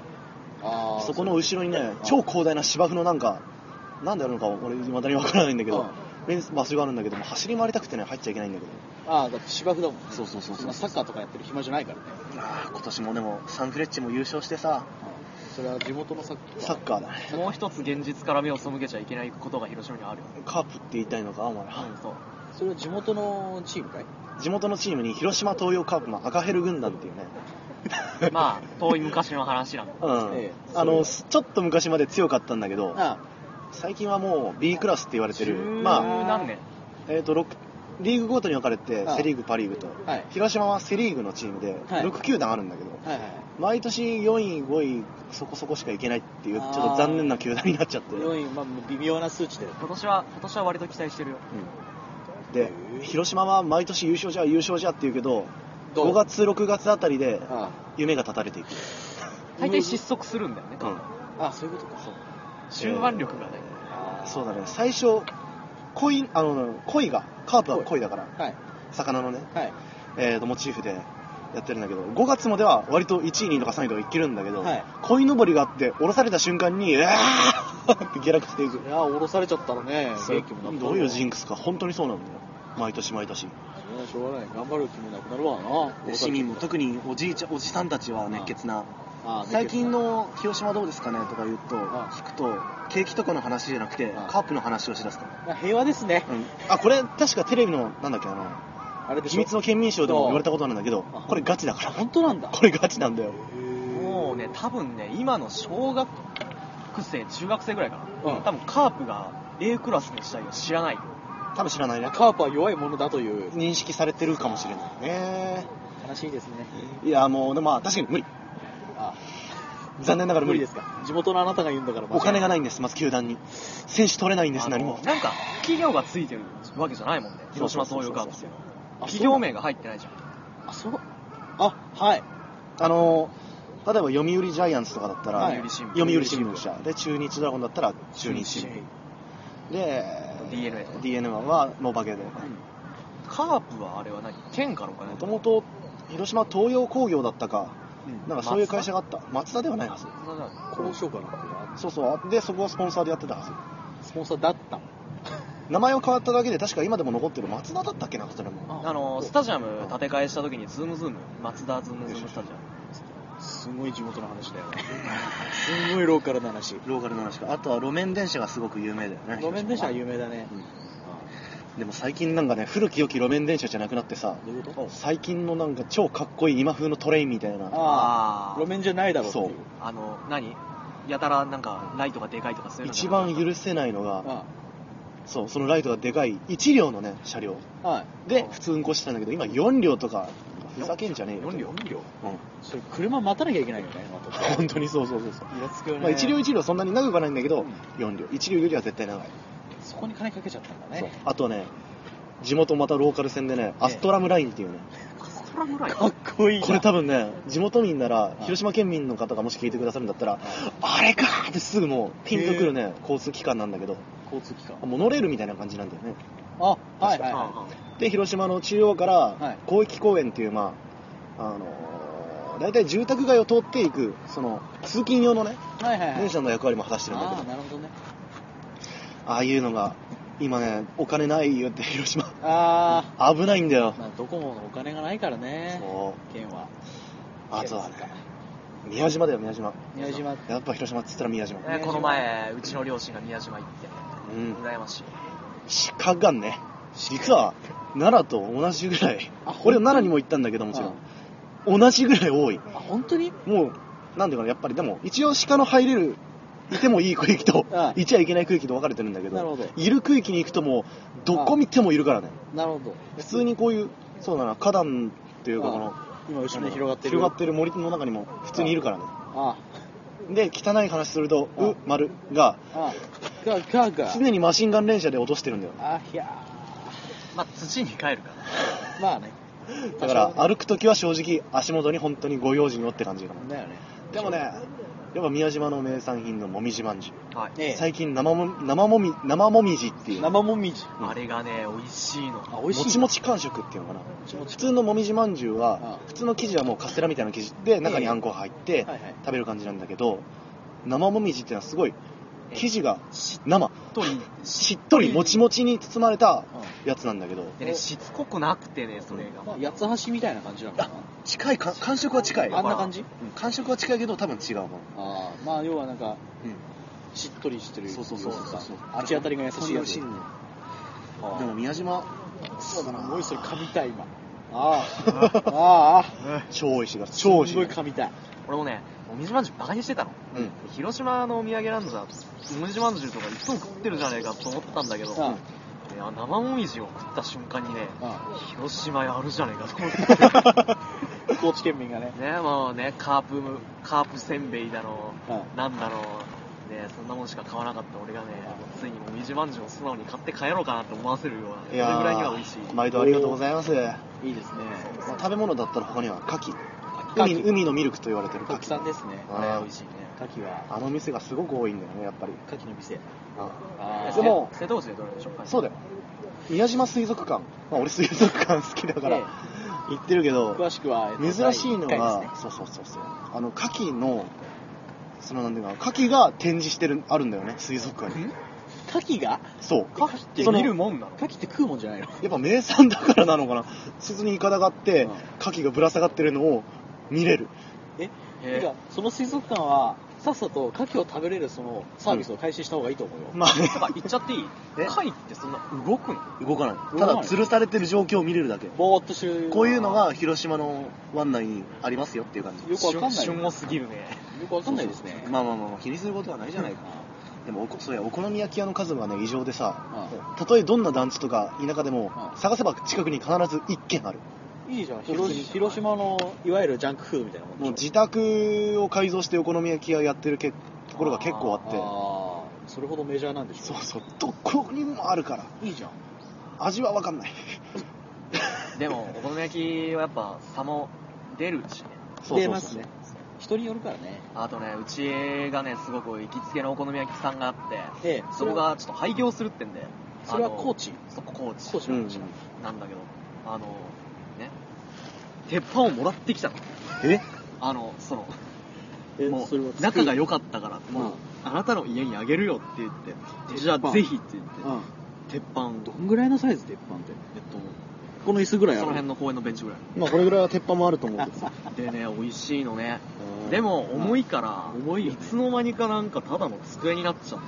Speaker 1: ーあー
Speaker 2: そこの後ろにね
Speaker 1: あ
Speaker 2: 超広大な芝生のなんかなんであるのか俺未だにわからないんだけど
Speaker 1: あ
Speaker 2: 面場所があるんだけどもう走り回りたくてね入っちゃいけないんだけど
Speaker 1: ああだって芝生だもんね
Speaker 2: そうそうそうそう
Speaker 1: 今サッカーとかやってる暇じゃないからね
Speaker 2: ああ今年もでもサンフレッチェも優勝してさ
Speaker 1: それは地元のサッカー
Speaker 2: サッカーだね
Speaker 3: もう一つ現実から目を背けちゃいけないことが広島にはあるよね
Speaker 2: カープって言いたいのかお前
Speaker 3: そう
Speaker 1: それは地元のチームかい
Speaker 2: 地元のチームに広島東洋カープの赤ヘル軍団っていうね
Speaker 3: まあ遠い昔の話なんだ
Speaker 2: うん、
Speaker 1: ええ
Speaker 2: あのすちょっと昔まで強かったんだけど
Speaker 1: あ
Speaker 2: 最近はもう B クラスって言われてる
Speaker 3: 十
Speaker 2: まあ、
Speaker 3: 何年
Speaker 2: えー、と6リーグごとに分かれて
Speaker 1: ああ
Speaker 2: セ・リーグパ・リーグと
Speaker 1: はい
Speaker 2: 広島はセ・リーグのチームで
Speaker 1: はい
Speaker 2: 6球団あるんだけど、
Speaker 1: あはいはい
Speaker 2: 毎年4位5位そこそこしかいけないっていうちょ
Speaker 1: あ
Speaker 2: っ
Speaker 1: あ
Speaker 2: と残念な球団になっちゃって、うん、
Speaker 1: 4位、まあ、微妙な数値で
Speaker 3: 今年は今年は割と期待してるよ
Speaker 2: で広島は毎年優勝じゃ優勝じゃって言うけど
Speaker 1: どう
Speaker 2: 5月6月あたりで
Speaker 1: あ
Speaker 2: 夢が絶たれていく、
Speaker 3: 大体失速するんだよね
Speaker 2: うん
Speaker 1: ああそういうことかそう
Speaker 3: 終盤力がね
Speaker 1: あ
Speaker 2: そうだね最初鯉あの鯉がカープは鯉だから
Speaker 1: うはい
Speaker 2: 魚のね、
Speaker 1: はい
Speaker 2: えー、とモチーフでやってるんだけど5月までは割と1位2位とか3位とかいけるんだけど、
Speaker 1: はい
Speaker 2: 鯉のぼりがあって降ろされた瞬間にうわーって下落していく
Speaker 1: いや降ろされちゃったらね
Speaker 2: それ
Speaker 1: 元気もなくなる
Speaker 2: どういうジン
Speaker 1: ク
Speaker 2: クスか本当にそうなんだよ毎年毎年
Speaker 1: しょうがない頑張る気もなくなるわな
Speaker 2: 特におじいちゃんおじさんたちは
Speaker 1: 熱血
Speaker 2: な
Speaker 1: ああ
Speaker 2: の広島どうですかねとか言うと
Speaker 1: あ
Speaker 2: くと景気とかの話じゃなくて
Speaker 1: あ
Speaker 2: ープの話をしだすから
Speaker 1: あ平和ですね、
Speaker 2: あこれ確かテレビのなんだっけあの
Speaker 1: あれでし
Speaker 2: 秘
Speaker 1: ょ
Speaker 2: 密の県民賞でも言われたことなんだけど
Speaker 1: あ
Speaker 2: これガチだから
Speaker 1: 本当なんだ
Speaker 2: これガチなんだよ
Speaker 3: もうね多分ね今の小学生中学生ぐらいか
Speaker 1: うん
Speaker 3: な多分カープが A クラスの時代を知らないよ
Speaker 2: 多分知らないね
Speaker 1: カープは弱いものだという
Speaker 2: 認識されてるかもしれないね
Speaker 1: 悲しいですね
Speaker 2: いやもうでもまあ確かに無理
Speaker 1: あ
Speaker 2: 残念なが
Speaker 1: あ
Speaker 2: ら
Speaker 1: 無
Speaker 2: 無
Speaker 1: 理
Speaker 2: 理
Speaker 1: ですか地元のあなたが言うんだから
Speaker 2: お金が
Speaker 1: ない
Speaker 2: ないんですまず球団に選手取れないんです何も
Speaker 3: あのなんか企業がついてるわけじゃないもんね広島東洋カープっていうのは企業名が入ってないじゃん
Speaker 1: あそうあはい
Speaker 2: あの例えば読売ジャイアンツとかだったら、
Speaker 1: はい
Speaker 2: 読売新聞社で中日ドラゴンだったら中日新聞で
Speaker 3: DNA とか
Speaker 2: DNA はノーバゲで
Speaker 3: カープはあれは何県かのお金
Speaker 2: もともと広島東洋工業だったか
Speaker 3: うん
Speaker 2: なんかそういう会社があった松田ではないはず
Speaker 3: 松田松田だよね
Speaker 1: 交渉かな
Speaker 2: そうそうでそこはスポンサーでやってたはず
Speaker 1: スポンサーだった
Speaker 2: 名前を変わっただけで確か今でも残ってる松田だったっけなそれも
Speaker 3: あのスタジアム建て替えした時にズームズーム松田ズームズームスタジ
Speaker 1: すごい地元の話だよ ねすごいローカルな話
Speaker 2: ローカルの話かあとは路面電車がすごく有名だよね
Speaker 1: 路面電車は有名だね、
Speaker 2: でも最近なんかね古き良き路面電車じゃなくなってさ
Speaker 1: どういうこと
Speaker 2: 最近のなんか超かっこいい今風のトレインみたいな
Speaker 1: あ
Speaker 3: あ
Speaker 1: あ
Speaker 3: ー
Speaker 1: 路面じゃないだろうっていう
Speaker 2: そう
Speaker 3: ムあの何やたらなんかライトがでかいとかそういうのじ
Speaker 2: 一
Speaker 3: ゃなかっ
Speaker 2: 番許せないのが
Speaker 1: あ
Speaker 2: そうそのライトがでかい1両のね車両
Speaker 1: あはい
Speaker 2: で普通運行してたんだけど今4両とかふざけんじゃねえよ
Speaker 3: た4両
Speaker 1: 4両
Speaker 2: うん
Speaker 1: それ車待たなきゃいけないよねまた
Speaker 2: 本当にそうそうそうそう、
Speaker 1: イラつくよね、
Speaker 2: まあ、1両1両そんなに長くはないんだけど、
Speaker 1: うん
Speaker 2: 4両1両よりは絶対長い、
Speaker 1: そこに金かけちゃったんだ
Speaker 2: そう
Speaker 1: ね
Speaker 2: あとね地元またローカル線でねアストラムラインっていうね、
Speaker 3: アストラムライ
Speaker 1: かっこいいな
Speaker 2: これ多分ね地元民なら
Speaker 1: い
Speaker 2: 広島県民の方がもし聞いてくださるんだったら、あれかーってすぐもうピンとくるね交通機関なんだけど
Speaker 1: 交通機関
Speaker 2: モノレールみたいな感じなんだよね
Speaker 1: あはい
Speaker 3: あ
Speaker 1: はいは
Speaker 2: で広島の中央か
Speaker 1: は
Speaker 2: ら
Speaker 1: い
Speaker 2: 広域公園っていうまああのー大体住宅街を通っていくその通勤用のね
Speaker 1: いはいはい
Speaker 2: 電車の役割も果たしてるんだけ
Speaker 1: ああ
Speaker 2: ど
Speaker 1: なるほどね
Speaker 2: ああいうのが今ねお金ないよって広島
Speaker 1: あ
Speaker 2: 危ないんだよ
Speaker 1: あ、まあ、ドコモのお金がないからね
Speaker 2: そう
Speaker 1: 県は
Speaker 2: あとはね宮島だよ宮島
Speaker 1: 宮島
Speaker 2: やっぱ広島っつったら宮島
Speaker 3: ねこの前うちの両親が宮島行って
Speaker 2: うん
Speaker 3: 羨ましい
Speaker 2: 鹿がね実は奈良と同じぐらい
Speaker 1: あ本当
Speaker 2: 俺は奈良にも行ったんだけどもちろん同じぐらい多い
Speaker 1: あ本当に
Speaker 2: もうなんていうかなやっぱりでも一応鹿の入れるいてもいい区域と
Speaker 1: ああ
Speaker 2: いちゃいけない区域と分かれてるんだけど
Speaker 1: なるほど
Speaker 2: いる区域に行くともうどこ見てもいるからね
Speaker 1: なるほど
Speaker 2: 普通にこういうそうだな花壇っていうかこの
Speaker 1: 今後ろに広がってる
Speaker 2: 広がってる森の中にも普通にいるからね
Speaker 1: あ
Speaker 2: で汚い話すると「
Speaker 1: ああ
Speaker 2: う」「丸が
Speaker 1: ああガガ ガ
Speaker 2: 常にマシンガン連射で落としてるんだよ
Speaker 1: あひゃ
Speaker 3: まあ土に帰るから
Speaker 1: ーまあね
Speaker 2: だから歩く時は正直足元に本当にご用心をって感じかな
Speaker 1: だよね
Speaker 2: でもねやっぱ宮島の名産品のもみじまんじゅう
Speaker 3: はい、
Speaker 1: ええ
Speaker 2: 最近生も生もみ生もみじっていう
Speaker 1: 生もみじ
Speaker 2: うん
Speaker 3: あれがね美味しいの
Speaker 1: あ美
Speaker 2: も
Speaker 1: 味しい
Speaker 2: ちもち感触っていうのかな
Speaker 1: もちも
Speaker 2: 普
Speaker 1: ち
Speaker 2: 通のもみじまんじゅうは
Speaker 1: ああ
Speaker 2: 普通の生地はもうカステラみたいな生地で中にあんこが入って
Speaker 1: はいはい
Speaker 2: 食べる感じなんだけど生もみじっていうのはすごい
Speaker 3: ええ
Speaker 2: 生地が
Speaker 3: しっ
Speaker 2: 生
Speaker 3: とりし
Speaker 2: しっとりもちもちに包まれたやつなんだけど
Speaker 3: でねしつこくなくてねそれが、
Speaker 1: まあ八つ橋みたいな感じなのか
Speaker 2: 近いか感触は近い
Speaker 1: なあんな感じ
Speaker 2: うん感触は近いけど多分違うもん
Speaker 1: ああまあ要はなんか
Speaker 2: うん
Speaker 1: しっとりしてる
Speaker 2: そうそうそうそうそう
Speaker 1: 口当たりが優しいやつ
Speaker 2: それ美味しいんだよ
Speaker 1: ああ
Speaker 2: でも宮島
Speaker 1: そ
Speaker 2: そうう
Speaker 1: だ
Speaker 2: だ
Speaker 1: なす
Speaker 2: な
Speaker 1: ごいそれ噛みたい今ああああ
Speaker 2: 超美味しいから
Speaker 1: す
Speaker 2: 超
Speaker 1: ご
Speaker 2: 美
Speaker 1: い
Speaker 2: 味しい
Speaker 1: 噛みたい
Speaker 3: 俺もねもみじまんじゅうバカにしてたの
Speaker 2: うん
Speaker 3: 広島のお土産なんざもみじまんじゅうとかいつも食ってるじゃねえかと思ったんだけど、
Speaker 1: あ
Speaker 3: いや生もみじを食った瞬間にね
Speaker 1: あ
Speaker 3: 広島やるじゃねえかと思って
Speaker 1: 高知県民がね
Speaker 3: ねもうねカープカープせんべいだの
Speaker 1: あ
Speaker 3: なんだろうねそんなもんしか買わなかった俺がねついにもみじまんじゅうを素直に買って帰ろうかなって思わせるようなそれぐらいには美味しい
Speaker 2: ー毎度ありがとうございます、ま
Speaker 1: いいですね
Speaker 2: あ食べ物だったら他には牡蠣
Speaker 1: 牡
Speaker 2: 海
Speaker 1: 蠣
Speaker 2: 海のミルクと言われてる
Speaker 1: 国
Speaker 2: 牡蠣
Speaker 1: 産ですね
Speaker 2: あ
Speaker 3: あれ美味しいね
Speaker 1: 牡蠣は
Speaker 2: あの店がすごく多いんだよねやっぱり
Speaker 1: 牡蠣の店
Speaker 2: あ
Speaker 1: あ
Speaker 2: でも
Speaker 3: 瀬戸内でどれでしょうか
Speaker 2: ーそうだよ宮島水族館、まあ、俺水族館好きだから
Speaker 1: え
Speaker 2: 行ってるけど
Speaker 1: 詳しくはえっと
Speaker 2: 珍しいの
Speaker 1: 第一回
Speaker 2: が、
Speaker 1: ですね
Speaker 2: そうそうそうそうあの牡蠣のそのなんていうか牡蠣が展示してるあるんだよね水族館に
Speaker 3: ん
Speaker 1: 牡�が
Speaker 2: そう
Speaker 1: 牡蠣って
Speaker 2: その
Speaker 1: 見る
Speaker 3: もんな
Speaker 1: 牡蠣って食うもんじゃないの
Speaker 2: やっぱ名産だからなのかな普通にイカダがあって
Speaker 1: うん
Speaker 2: 牡蠣がぶら下がってるのを見れる
Speaker 1: え
Speaker 3: へえ
Speaker 1: てかその水族館はさっさと牡蠣を食べれるそのサービスを開始した方がいいと思うよ、
Speaker 2: まあね
Speaker 3: とか言っちゃっていい
Speaker 2: え
Speaker 3: 貝ってそんな動くの
Speaker 2: 動かない
Speaker 1: 動か
Speaker 2: た
Speaker 1: ない
Speaker 2: だ吊るされてる状況を見れるだけ
Speaker 1: ぼーっとしてる
Speaker 2: こういうのが広島の湾内にありますよっていう感じ
Speaker 1: よくわかんないよ
Speaker 3: 旬を過ぎるね
Speaker 1: くわかんないですね
Speaker 2: まあまあまあまあ気にすることはないじゃないかでもおこそうやお好み焼き屋の数がね異常でさたとえどんな団地とか田舎でも
Speaker 1: うん
Speaker 2: 探せば近くに必ず1軒ある
Speaker 1: いいじゃん広広島のいわゆるジャンクフードみたいなもんでしょ
Speaker 2: もう自宅を改造してお好み焼き屋やってるけところが結構あって
Speaker 1: ああそれほどメジャーなんでしょ
Speaker 2: そうそうどこにもあるから
Speaker 1: いいじゃん
Speaker 2: 味は分かん ない
Speaker 3: でもお好み焼きはやっぱ差も出るしね
Speaker 2: そうそうそう
Speaker 1: 出ますね人によるからね
Speaker 3: あとねうちがねすごく行きつけのお好み焼き屋さんがあって
Speaker 1: ええ
Speaker 3: そこがちょっと廃業するってんで
Speaker 1: それは
Speaker 3: あの
Speaker 1: 高知
Speaker 3: そう高知
Speaker 1: 高知なんでしょ、
Speaker 2: うん
Speaker 3: なんだけどあのね鉄板をもらってきたの
Speaker 2: え
Speaker 3: あのその
Speaker 1: え
Speaker 3: も
Speaker 1: それは
Speaker 3: う仲が良かったから
Speaker 1: う
Speaker 3: もうんあなたの家にあげるよって言ってじゃ
Speaker 1: 鉄板
Speaker 3: あぜひって言って
Speaker 1: うん鉄板どんぐらいのサイズ鉄板って
Speaker 3: えっと
Speaker 1: この椅子ぐらいあ
Speaker 3: そ
Speaker 1: る
Speaker 3: の辺の公園のベンチぐらい
Speaker 2: まあこれぐらいは鉄板もあると思うけどさ
Speaker 3: でね美味しいのねでも重いから
Speaker 1: 重いよね
Speaker 3: いつの間にかなんかただの机になっちゃっ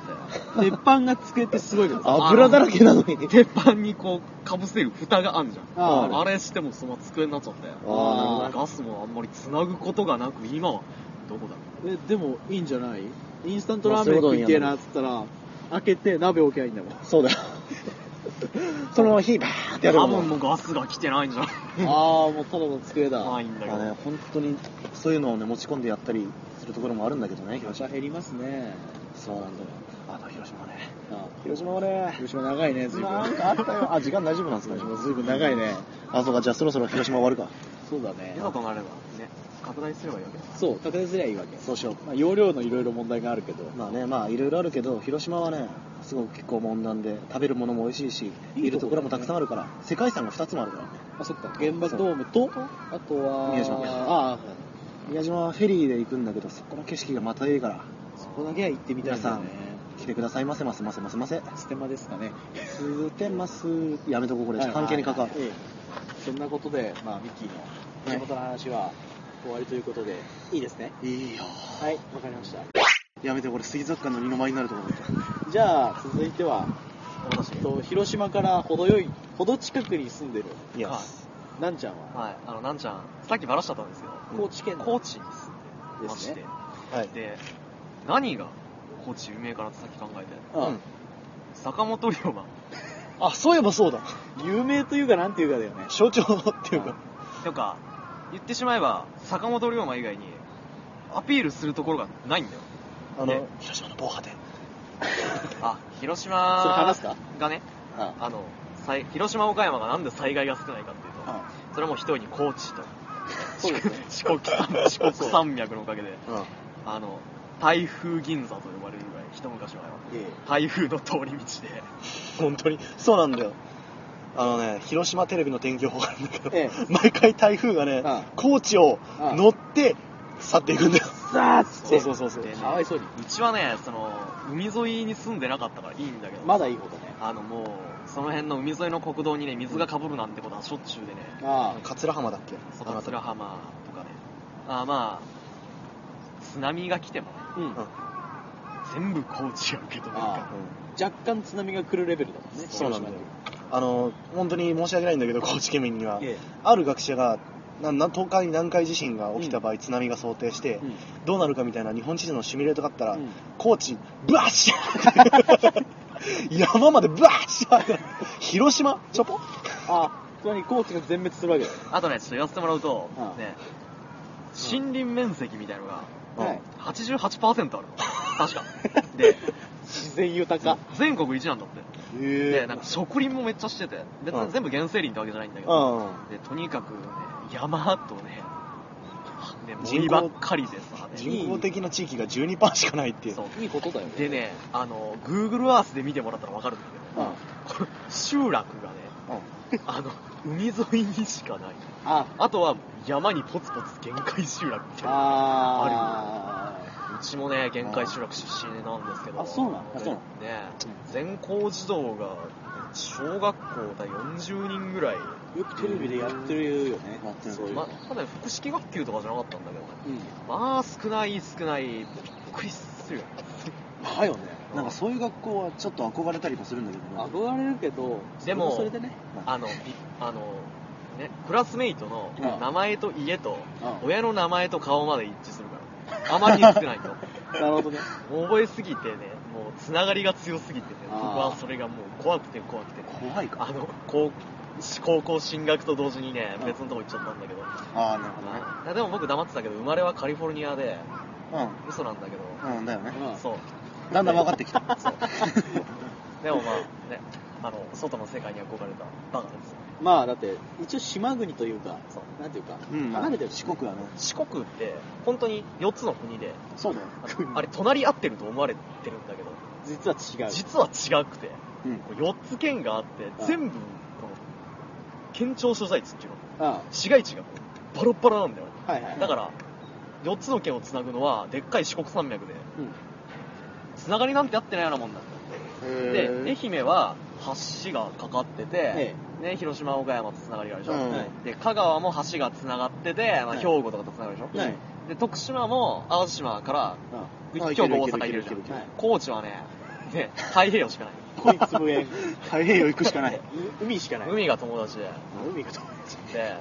Speaker 3: て
Speaker 1: 鉄板が机ってすごいけどさ
Speaker 2: 油だらけなのに
Speaker 3: 鉄板にこうかぶせる蓋があんじゃん
Speaker 1: ああ
Speaker 3: あれしてもその机になっちゃって
Speaker 2: ああ
Speaker 3: ガスもあんまりつなぐことがなく今はどこだ
Speaker 1: えでもいいんじゃないインスタントラーメン食いてえなっつったら開けて鍋置きゃいいんだもん
Speaker 2: そうだよ その火バーってやる
Speaker 3: 多
Speaker 2: の
Speaker 3: 分のガスが来てないんじゃん
Speaker 1: ああもうただの机だ
Speaker 3: まあいいんだけ
Speaker 2: まあ
Speaker 3: ど
Speaker 2: ね本当にそういうのをね持ち込んでやったりするところもあるんだけどね
Speaker 1: 広
Speaker 2: 広
Speaker 1: 島
Speaker 2: 島
Speaker 1: 減りますね
Speaker 2: そうなんだよあの広島ね
Speaker 1: あ
Speaker 2: 広島はね
Speaker 1: 広島長いね随分
Speaker 2: なんかあったよあ時間大丈夫なんですかね
Speaker 1: 広島随分長いね
Speaker 2: あそうかじゃあそろそろ広島終わるか
Speaker 1: そうだね
Speaker 3: いざとなればね拡大すればいいわけだ
Speaker 1: そう拡大すりゃいいわけ
Speaker 2: そうしよ
Speaker 1: まあ、容量のいろいろ問題があるけど
Speaker 2: うまあねまあいろいろあるけど広島はねすごく結構温暖で食べるものも美味しいし
Speaker 1: いいとこだね
Speaker 2: いるところもたくさんあるから世界遺産が2つもあるからね
Speaker 1: あそっか原爆ドームとあとは
Speaker 2: 宮島
Speaker 1: ああ
Speaker 2: 宮島はフェリーで行くんだけどそこの景色がまたいいから
Speaker 1: そこだけは行ってみたいんだよね
Speaker 2: 来てくださいませませませませませ
Speaker 1: ステマですかね
Speaker 2: すてますやめとこうこれ
Speaker 1: はい
Speaker 2: 関係に関わる、
Speaker 1: はいはいええそんなことで、まあ、ミッキーの地元の話は終わりということで、い、いですね
Speaker 2: い、いよ
Speaker 1: はいわかりました
Speaker 2: やめてこれ水族館の二の舞になるところだっ
Speaker 1: じゃあ続いては、
Speaker 3: 私
Speaker 1: えっと、広島から程よい程近くに住んでる
Speaker 2: たいや
Speaker 3: は
Speaker 1: なんちゃんは
Speaker 3: はいあのなんちゃんさっきばらしちゃったんですけど
Speaker 1: 高知県の
Speaker 3: 高知に住んでまして
Speaker 1: ですね
Speaker 2: はい
Speaker 3: で何が高知有名かなってさっき考えて
Speaker 1: あ
Speaker 3: 坂本龍馬
Speaker 2: あそういえばそうだ
Speaker 1: 有名というかなんていうかだよね
Speaker 2: 象徴っていうか
Speaker 3: とか言ってしまえば坂本龍馬以外にアピールするところがないんだよ
Speaker 2: あ
Speaker 3: ね
Speaker 2: の広島の防波堤
Speaker 3: あ広
Speaker 1: それ
Speaker 3: 島
Speaker 1: 話すか
Speaker 3: がね
Speaker 1: あ
Speaker 3: あの災広島岡山がなんで災害が少ないかっていうと
Speaker 1: あ
Speaker 3: それはもう一人に高知と
Speaker 1: そうですね
Speaker 3: 四国山四国山脈のおかげで
Speaker 2: うん
Speaker 3: あの台風銀座と呼ばれるぐらい一昔前は
Speaker 1: え
Speaker 3: 台風の通り道で
Speaker 2: 本当にそうなんだよあのね広島テレビの天気予報があるんだけど、
Speaker 1: え
Speaker 2: 毎回台風がね
Speaker 1: ああ
Speaker 2: 高知を
Speaker 1: ああ
Speaker 2: 乗って去っていくんだよ
Speaker 1: えさあつって
Speaker 2: そうそうそうそう
Speaker 3: でね
Speaker 1: かわいそうに
Speaker 3: うちはねその海沿いに住んでなかったからいいんだけど
Speaker 1: まだいいことね
Speaker 3: あのもうその辺の海沿いの国道にね水がかぶるなんてことはしょっちゅうでね
Speaker 1: あ
Speaker 2: 桂浜だっけ
Speaker 3: そ
Speaker 2: あの
Speaker 3: の
Speaker 2: 辺
Speaker 3: 桂浜とかねあーまあ津波が来てもね
Speaker 1: あうん
Speaker 2: あ
Speaker 3: 全部高知が受け止めるか
Speaker 1: あ若干津波が来るレベルだもんね
Speaker 2: そうなんだよあの本当に申し訳ないんだけど高知県民には、
Speaker 1: え
Speaker 2: ある学者がなな東海南海地震が起きた場合、津波が想定して、
Speaker 1: えうん
Speaker 2: どうなるかみたいな日本地図のシミュレートがあったら、
Speaker 1: うん
Speaker 2: 高知ブワッシャー 山までブワッシャー広島ちょぽ
Speaker 1: あつまり高知が全滅するわけだよ
Speaker 3: らあとねちょっと言わせてもらうと、
Speaker 1: ああ
Speaker 3: ね森林面積みたいのが
Speaker 1: はい
Speaker 3: 88%あるの確かで
Speaker 1: 自然豊か
Speaker 3: 全国一なんだって
Speaker 2: へ
Speaker 3: でなんか植林もめっちゃしてて別に全部原生林ってわけじゃないんだけど、
Speaker 2: う
Speaker 3: でとにかくね山とねね
Speaker 2: 人
Speaker 3: 森
Speaker 2: 口
Speaker 3: ばっかりでさ
Speaker 2: ん
Speaker 3: ね
Speaker 2: 人口的な地域が12%しかないっていう
Speaker 3: そう
Speaker 1: いいことだよ
Speaker 3: でねあの Google Earth で見てもらったら分かるんだ
Speaker 1: うん
Speaker 3: けどこれ集落がねあの海沿いにしかない
Speaker 1: あ
Speaker 3: あとは山にポツポツ限界集落みたいな
Speaker 1: あ
Speaker 3: うちもね限界集落出身なんですけど
Speaker 1: あそうなのあそうなの
Speaker 3: ね全校児童が小学校で40人ぐらい
Speaker 1: よくテレビでやってるよね
Speaker 2: やってる
Speaker 1: そういう
Speaker 3: ま
Speaker 1: の
Speaker 3: ただね複式学級とかじゃなかったんだけどね
Speaker 1: うん
Speaker 3: まあ少ない少ないびっくりす るよね
Speaker 1: だよね
Speaker 2: なんかそういう学校はちょっと憧れたりもするんだけどね
Speaker 1: 憧れるけど
Speaker 3: でも
Speaker 1: それでね
Speaker 3: あのびあのねクラスメイトの
Speaker 1: うん
Speaker 3: 名前と家と
Speaker 1: うん
Speaker 3: 親の名前と顔まで一致するからあまりに少ない と
Speaker 1: なるほどね
Speaker 3: もう覚えすぎてねもうつながりが強すぎてね
Speaker 1: あー
Speaker 3: 僕はそれがもう怖くて怖くてね
Speaker 2: 怖い
Speaker 3: あの高高校進学と同時にね
Speaker 1: うん
Speaker 3: 別のとこ行っちゃったんだけど、
Speaker 2: ああなる
Speaker 3: あでも僕黙ってたけど生まれはカリフォルニアで
Speaker 2: ね
Speaker 3: 嘘なんだけど、
Speaker 2: うんうんだよね
Speaker 1: うん
Speaker 3: そう
Speaker 2: だんだん分かっ てきた
Speaker 3: でもまあねあの外の世界に憧れたバカですよ
Speaker 1: まあだって一応島国というか
Speaker 3: そう
Speaker 1: なんていうか
Speaker 2: うん
Speaker 1: 離れてる
Speaker 2: 四国はね
Speaker 3: 四国って本当に4つの国で
Speaker 2: そうだよ
Speaker 3: あのあれ隣り合ってると思われてるんだけど
Speaker 1: 実は違う
Speaker 3: 実は違くて
Speaker 2: うん
Speaker 3: 4つ県があって
Speaker 1: うん
Speaker 3: 全部この県庁所在地っていうの
Speaker 1: あ
Speaker 3: 市街地がバラッバラなんだよ
Speaker 1: あはいはい
Speaker 3: だから4つの県をつなぐのはでっかい四国山脈で
Speaker 1: うん
Speaker 3: つながりなんてあってないようなもんなんだ
Speaker 2: へ
Speaker 3: で愛媛は橋がかかって
Speaker 1: え、
Speaker 3: てね、広島、岡山とつながりがあるでしょ、
Speaker 1: うん
Speaker 3: で香川も橋がつながってて、まあ、
Speaker 1: はい
Speaker 3: 兵庫とかとつながるでしょ、
Speaker 1: はい
Speaker 3: で徳島も淡路島から
Speaker 1: うん
Speaker 3: 今
Speaker 1: あ
Speaker 3: 日
Speaker 1: いけ
Speaker 3: 大
Speaker 1: る
Speaker 3: 阪行けるじゃん高知はねね太平洋しかない
Speaker 1: こいつも え太平洋行くしかない。う 海しかない。
Speaker 3: 海が友達で
Speaker 1: 海かと。
Speaker 3: で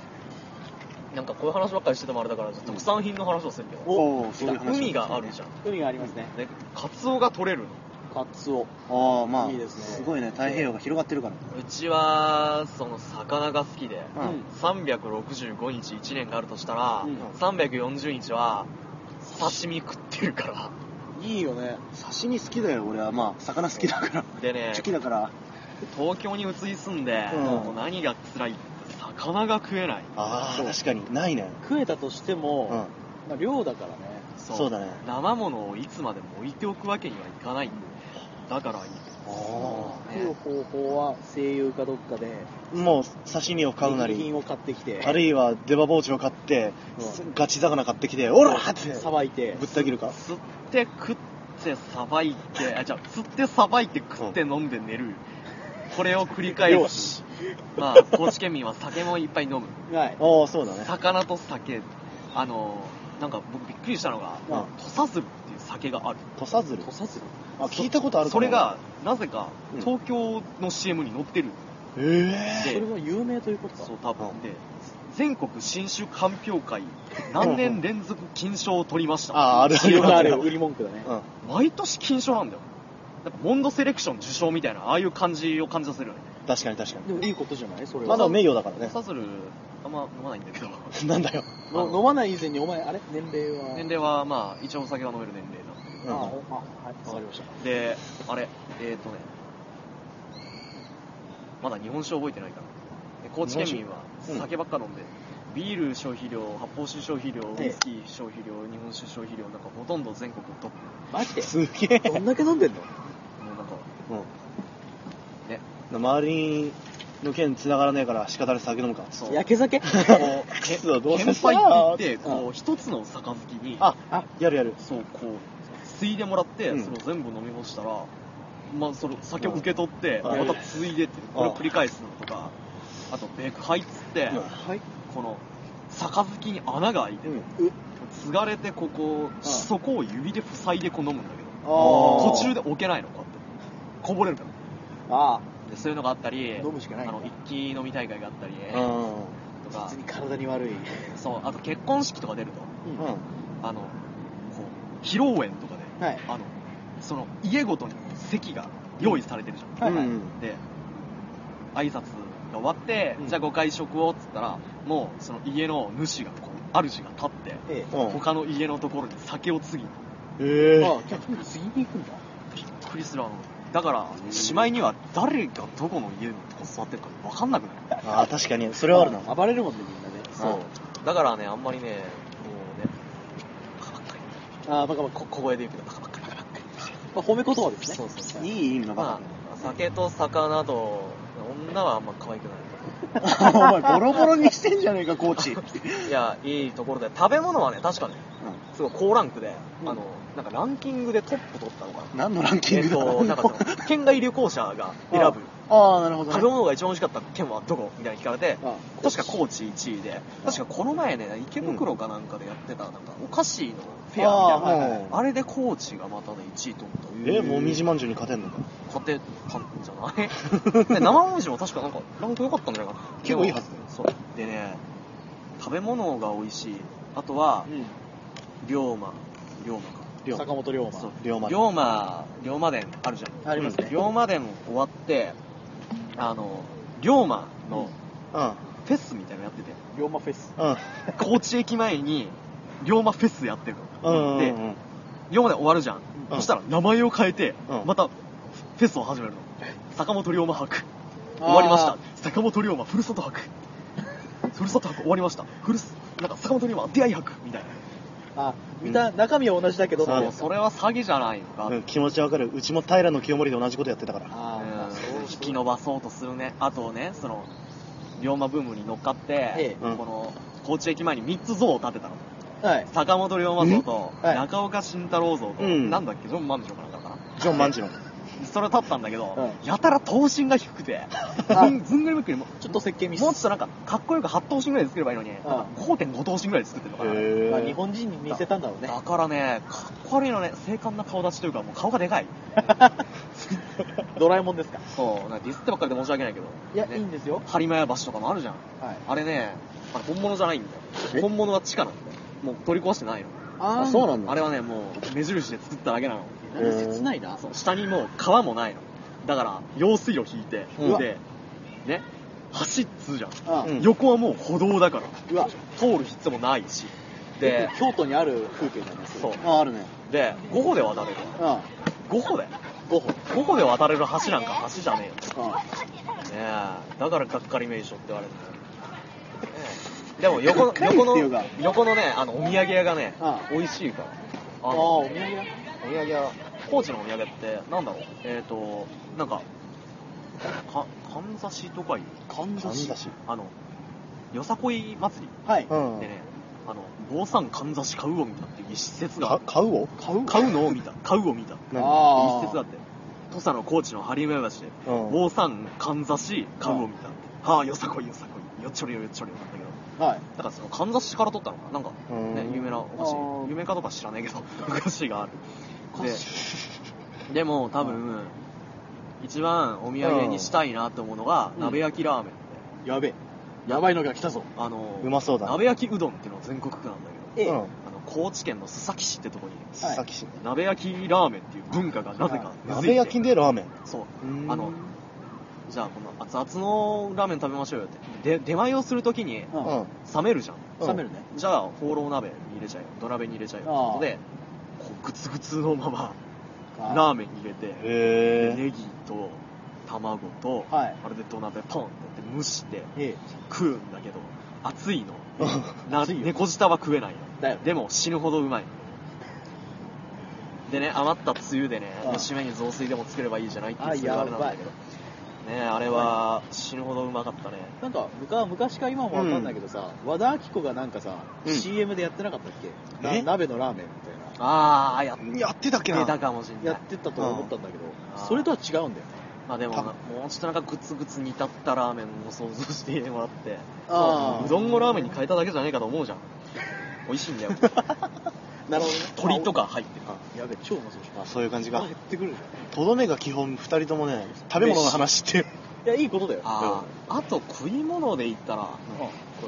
Speaker 3: なんかこういう話ばっかりしててもあれだから特産品の話をするけど、
Speaker 1: おお、そういう話。
Speaker 3: 海があるじゃん
Speaker 1: 海がありますね。
Speaker 3: でカツオが取れるの
Speaker 1: カツオ。
Speaker 2: ああまあ
Speaker 1: いいですね
Speaker 2: ごいね太平洋が広がってるから
Speaker 3: うちはその魚が好きで、
Speaker 2: うん
Speaker 3: 365日1年があるとしたら、
Speaker 1: うん
Speaker 3: 340日は刺身食ってるか
Speaker 1: いいよね。
Speaker 2: 刺身好きだよ俺はまあ魚好きだから
Speaker 3: らでね
Speaker 2: 好きだから
Speaker 3: 東京に移り住んで、
Speaker 2: うん
Speaker 3: もう何が辛いって魚が食えない
Speaker 2: ああ確かにないね
Speaker 1: 食えたとしても、
Speaker 2: うん
Speaker 1: まあ、量だからね。
Speaker 3: そう
Speaker 2: そうだね
Speaker 3: 生物をいつまでも置いておくわけにはいかないんだよだからいい
Speaker 2: あ
Speaker 1: 食う方法は声優かどっかで、
Speaker 2: あもう刺身を買うな
Speaker 1: 肉
Speaker 2: り
Speaker 1: 品を買ってきて、
Speaker 2: あるいは出刃包丁を買って
Speaker 1: うん
Speaker 2: すガチ魚買ってきておらって
Speaker 1: さばいて、
Speaker 2: ぶった切るか
Speaker 3: 釣って食ってさばいてあじゃあ釣ってさばいて食って飲んで寝るこれを繰り返
Speaker 1: 漁
Speaker 3: す
Speaker 1: 師
Speaker 3: まあ高知県民は酒もいっぱい飲む
Speaker 1: はい。
Speaker 2: ああそうだね
Speaker 3: 魚と酒あのなんか僕びっくりしたのが
Speaker 2: うん
Speaker 3: 土佐鶴っていう酒がある
Speaker 2: 土佐鶴
Speaker 1: 土佐鶴
Speaker 2: あ聞いたことあるかも
Speaker 3: それがなぜか
Speaker 2: うん
Speaker 3: 東京の CM に載ってる
Speaker 2: え
Speaker 1: そ
Speaker 3: で
Speaker 1: れも有名ということか。
Speaker 3: そう多分で全国新酒鑑評会何年連続金賞を取りまし
Speaker 2: え
Speaker 3: た
Speaker 2: ああある
Speaker 1: それがあれ、売
Speaker 2: う
Speaker 1: り文句だね。
Speaker 2: ん
Speaker 3: 毎年金賞なんだよなんかモンドセレクション受賞みたいなああいう感じを感じさせるよね
Speaker 2: 確かに確かに
Speaker 1: でもいいことじゃないそれは。
Speaker 2: まだ名誉だからね
Speaker 3: サスルあんま飲まないんだけど
Speaker 2: なんだよ
Speaker 1: の飲まない以前に、お前、あれ年齢は。
Speaker 3: 年齢はまあ一応お酒が飲める年齢なんだけ
Speaker 2: うん
Speaker 1: あ、おあはい、わかりました。
Speaker 3: どであれえっ、ー、とねまだ日本酒覚えてないからで高知県民は
Speaker 2: 日本酒うん
Speaker 3: 酒ばっか飲んで、ビール消費量発泡酒消費量
Speaker 1: ええ
Speaker 3: ウイスキー消費量日本酒消費量なんかほとんど全国トッ
Speaker 1: マジで
Speaker 2: すげえ
Speaker 1: どんだけ飲んでんの
Speaker 3: プもうなんか
Speaker 2: うん
Speaker 3: ね
Speaker 2: 周りの件繋がらねえから仕方なく酒飲むか
Speaker 3: そう
Speaker 1: 焼け酒
Speaker 3: こうけ
Speaker 2: くそどうせ
Speaker 3: 献
Speaker 2: さ
Speaker 3: 杯って言ってこ
Speaker 1: う
Speaker 3: う一つの杯に
Speaker 2: ああやるやる
Speaker 3: そうこう継いでもらって、
Speaker 2: うん
Speaker 3: それを全部飲み干したら、まあ、その酒を受け取って、
Speaker 2: うん
Speaker 3: また継いでっていうこれを繰り返すのとかあとベクハイっつって、
Speaker 2: うん
Speaker 1: はい。
Speaker 3: この杯に穴が開いて、
Speaker 2: うん
Speaker 3: 継がれてここ、そこを指で塞いでこう飲むんだけど
Speaker 2: ー
Speaker 3: 途中で置けないのこうやってこぼれるから
Speaker 1: あ
Speaker 3: でそういうのがあったり
Speaker 1: 飲むしかない
Speaker 3: あの一気飲み大会があったり
Speaker 2: うん
Speaker 3: と
Speaker 1: あ、
Speaker 3: か
Speaker 1: 別に体に悪い。
Speaker 3: そうあと結婚式とか出ると
Speaker 1: うん
Speaker 2: うん
Speaker 3: あのこう披露宴とかで、
Speaker 1: はい
Speaker 3: あのその家ごとに席が用意されてるじゃん、
Speaker 1: はいはい
Speaker 2: うん
Speaker 3: で挨拶が終わって、
Speaker 1: うん
Speaker 3: じゃあご会食をっつったらもうその家の主がこう主が立って
Speaker 1: ええ。
Speaker 2: うん
Speaker 3: 他の家のところに酒を継ぎびっ
Speaker 2: ええ
Speaker 1: あ、逆に次に行くんだ。
Speaker 3: くりするあのだからしまいには誰がどこの家のとこ座ってるか分かんなくなる
Speaker 2: あー確かにそれはあるな
Speaker 1: 暴れるもんね、みんなね。
Speaker 3: そうだからねあんまりねもうね
Speaker 1: あー、バカバカ。
Speaker 3: こ小声で言うけどバカバカバカバカ
Speaker 1: まあ、褒め言葉ですね。
Speaker 3: そうそうそう
Speaker 2: いい意味の
Speaker 3: ま
Speaker 2: バ
Speaker 3: あ、酒と魚と女はあんま可愛くな
Speaker 2: カ お前ボロボロにしてんじゃねえかコーチ
Speaker 3: いいやいいところで食べ物はね確かねすごい高ランクで、
Speaker 1: うん
Speaker 3: あのなんかランキングでトップ取ったのかな
Speaker 2: 何のランキン
Speaker 3: え
Speaker 2: グ
Speaker 3: っ
Speaker 2: だ
Speaker 3: となんかその県外旅行者が選ぶ
Speaker 2: ああなるほど
Speaker 3: 食
Speaker 2: ね
Speaker 3: べ物が一番美味しかった県はどこみたいに聞かれて
Speaker 1: あ
Speaker 3: 確か高知1位で確かこの前ね池袋かなんかでやってたなんかお菓子のフェアみたいな
Speaker 2: あーうん
Speaker 3: あれで高知がまたね1位取った
Speaker 2: えもみじまんじゅうに勝てんのか
Speaker 3: 勝てたんじゃないで生もみじも確かなんかランク良かったんじゃないかな
Speaker 2: 結構いいはずだよ
Speaker 3: でもそうでね食べ物が美味しいあとは
Speaker 1: う
Speaker 3: 龍馬龍馬か
Speaker 2: 龍
Speaker 1: ん。坂本龍馬。
Speaker 3: そう
Speaker 2: 龍馬
Speaker 3: 龍馬龍馬伝あるじゃん
Speaker 1: ありますね
Speaker 3: 龍馬伝終わってあの龍馬の
Speaker 2: う
Speaker 3: フェスみたいなのやってて
Speaker 1: 龍馬フェス。
Speaker 2: んうん
Speaker 3: 高知駅前に龍馬フェスやってるの、
Speaker 2: うん
Speaker 3: で
Speaker 2: うん
Speaker 3: 龍馬で終わるじゃん、
Speaker 2: うん
Speaker 3: そしたら名前を変えて、
Speaker 2: うん
Speaker 3: またフェスを始めるの坂本龍馬博終わりまし
Speaker 1: あ
Speaker 3: た
Speaker 1: ー
Speaker 3: 坂本龍馬ふるさと博ふるさと博終わりましたふるすなんか坂本龍馬出会い博みたいな
Speaker 1: あ、見た、中身は同じだけどってやつ
Speaker 3: そうそれは詐欺じゃないのか、
Speaker 2: うん気持ちわかるうちも平の清盛で同じことやってたから
Speaker 1: あーまあ、そうそう
Speaker 3: うん引き伸ばそうとするねあとねその龍馬ブームに乗っかって、
Speaker 1: え
Speaker 2: え
Speaker 3: この高知駅前に3つ像を建てたの
Speaker 1: はい。
Speaker 3: 坂本龍馬像と
Speaker 1: んはい
Speaker 3: 中岡慎太郎像と、
Speaker 2: うん
Speaker 3: なんだっけジョン万次郎かなんかかな
Speaker 2: ジョン万次郎
Speaker 3: それ立ったんだけど、
Speaker 2: う
Speaker 3: やたら頭身が低くて
Speaker 1: あ
Speaker 3: ずんずんぐりむっくりも
Speaker 1: ちょっと設計ミス
Speaker 3: もうちょっとなんかかっこよく8頭身ぐらいで作ればいいのに、なんか5.5頭身ぐらいで作ってるのかな、
Speaker 2: へ
Speaker 1: まあ
Speaker 2: ー
Speaker 1: 日本人に見せたんだろうね
Speaker 3: だからねかっこ悪いのね精悍な顔立ちというかもう顔がでかい
Speaker 1: ドラえもんですか
Speaker 3: そうなんかディスってばっかりで申し訳ないけど
Speaker 1: いや、
Speaker 3: ね
Speaker 1: いいんですよ
Speaker 3: 播磨屋橋とかもあるじゃん
Speaker 1: はい
Speaker 3: あれねあれ本物じゃないんだ
Speaker 2: え
Speaker 3: よ本物は地下なんだよもう取り壊してないの
Speaker 1: あ
Speaker 2: あそうなんだ
Speaker 3: あれはねもう目印で作っただけなの
Speaker 1: なんか切ないな
Speaker 3: そう下にもう川もないのだから用水路引いて、
Speaker 1: うん
Speaker 3: でね走っつうじゃん、
Speaker 1: あ
Speaker 2: うん
Speaker 3: 横はもう歩道だから
Speaker 1: うわ
Speaker 3: 通る必要もないしで
Speaker 1: で京都にある風景じゃないですか
Speaker 3: そう
Speaker 1: ああるね
Speaker 3: で5歩で渡れる
Speaker 1: うん
Speaker 3: 5歩で
Speaker 1: 5歩
Speaker 3: 5歩で渡れる橋なんか橋じゃねえよね
Speaker 1: う
Speaker 3: えだからがっかり名所って言われるんだよねえでも横の
Speaker 1: がっかり
Speaker 3: 横
Speaker 1: っていう
Speaker 3: の
Speaker 1: か
Speaker 3: 横のねあのお土産屋がね
Speaker 1: あ
Speaker 3: 美味しいから
Speaker 1: ああ
Speaker 3: あの
Speaker 1: お土産だ
Speaker 3: お土産屋高知のお土産ってなんだろうえっ、ー、となんかかかんざしとかいう
Speaker 1: かんざし
Speaker 2: かんざし
Speaker 3: あのよさこい祭り
Speaker 1: はいう
Speaker 3: で
Speaker 2: ん
Speaker 3: ね、あの坊さんかんざし買うを見たっていう一節が
Speaker 2: か買うを
Speaker 1: 買う
Speaker 3: 買うのを見た買うを見たって
Speaker 2: 何
Speaker 1: ああ
Speaker 3: 一節だって土佐の高知の張上橋で
Speaker 2: うん
Speaker 3: 坊さんかんざし買うを見たってはあよさこいよさこいよっちょりよよっちょりよなんだけど
Speaker 1: はい
Speaker 3: だからそのかんざしから取ったのかななんか
Speaker 2: うん
Speaker 3: ね有名なお菓
Speaker 1: あ
Speaker 3: 子
Speaker 1: ー
Speaker 3: 有名かどうか知らないけどお菓子がある
Speaker 1: お 菓子
Speaker 3: ででも多分一番お土産にしたいなって思うのが
Speaker 1: うん
Speaker 3: 鍋焼きラーメンって
Speaker 1: やべえやばいのが来たぞ
Speaker 3: あの
Speaker 2: うまそうだ
Speaker 3: 鍋焼きうどんっていうのが全国区なんだけど
Speaker 1: ええ
Speaker 2: うん
Speaker 3: あの高知県の須崎市ってとこに
Speaker 2: 須崎市
Speaker 3: 鍋焼きラーメンっていう文化がなぜか根付いて
Speaker 2: 鍋焼きでラーメン
Speaker 3: そう
Speaker 2: うん
Speaker 3: あのじゃあこの熱々のラーメン食べましょうよってで出前をするときに
Speaker 1: う
Speaker 2: うん
Speaker 1: ん
Speaker 3: 冷めるじゃん
Speaker 2: うん
Speaker 1: 冷めるね
Speaker 3: じゃあホーロー鍋に入れちゃえよ土鍋に入れちゃえよってことでこうグツグツのままラーメンに入れて
Speaker 2: へえ
Speaker 3: ネギと卵と、
Speaker 1: はい
Speaker 3: あれで土鍋ポンってやって蒸して
Speaker 1: ええ
Speaker 3: 食うんだけど熱いの
Speaker 2: う
Speaker 3: な猫舌は食えないの
Speaker 1: だよ
Speaker 3: でも死ぬほどうまいでね余ったつゆでね
Speaker 1: うん
Speaker 3: 締めに雑炊でも作ればいいじゃないっていう
Speaker 1: あ
Speaker 3: それがあれなんだけ
Speaker 1: や
Speaker 3: どねあれは死ぬほどうまかったね
Speaker 1: なんか昔は昔か今もわかんないけどさ、和田アキ子がなんかさ、
Speaker 3: うん
Speaker 1: CM でやってなかったっけな
Speaker 2: え
Speaker 1: 鍋のラーメンみたいな
Speaker 3: ああやっ
Speaker 2: やってたっけ
Speaker 3: て
Speaker 2: な
Speaker 3: たかもしん
Speaker 1: や
Speaker 3: ない
Speaker 1: ってたと思ったんだけど、
Speaker 3: うん
Speaker 1: それとは違うんだよね
Speaker 3: まあでも
Speaker 2: た
Speaker 3: もうちょっとなんかグツグツ煮立ったラーメンを想像してもらって
Speaker 1: あー
Speaker 3: うどんをラーメンに変えただけじゃねえかと思 うじゃん美味しいんだよ
Speaker 1: なるほどね
Speaker 3: 鶏とか入ってる
Speaker 1: あやべえ超うまそうじゃん
Speaker 2: あそういう感じ
Speaker 1: あ
Speaker 2: が
Speaker 1: 減ってくるじゃ
Speaker 2: とどめが基本2人ともね食べ物の話って
Speaker 1: んいやいいことだよ
Speaker 3: あああと食い物で言ったらこれ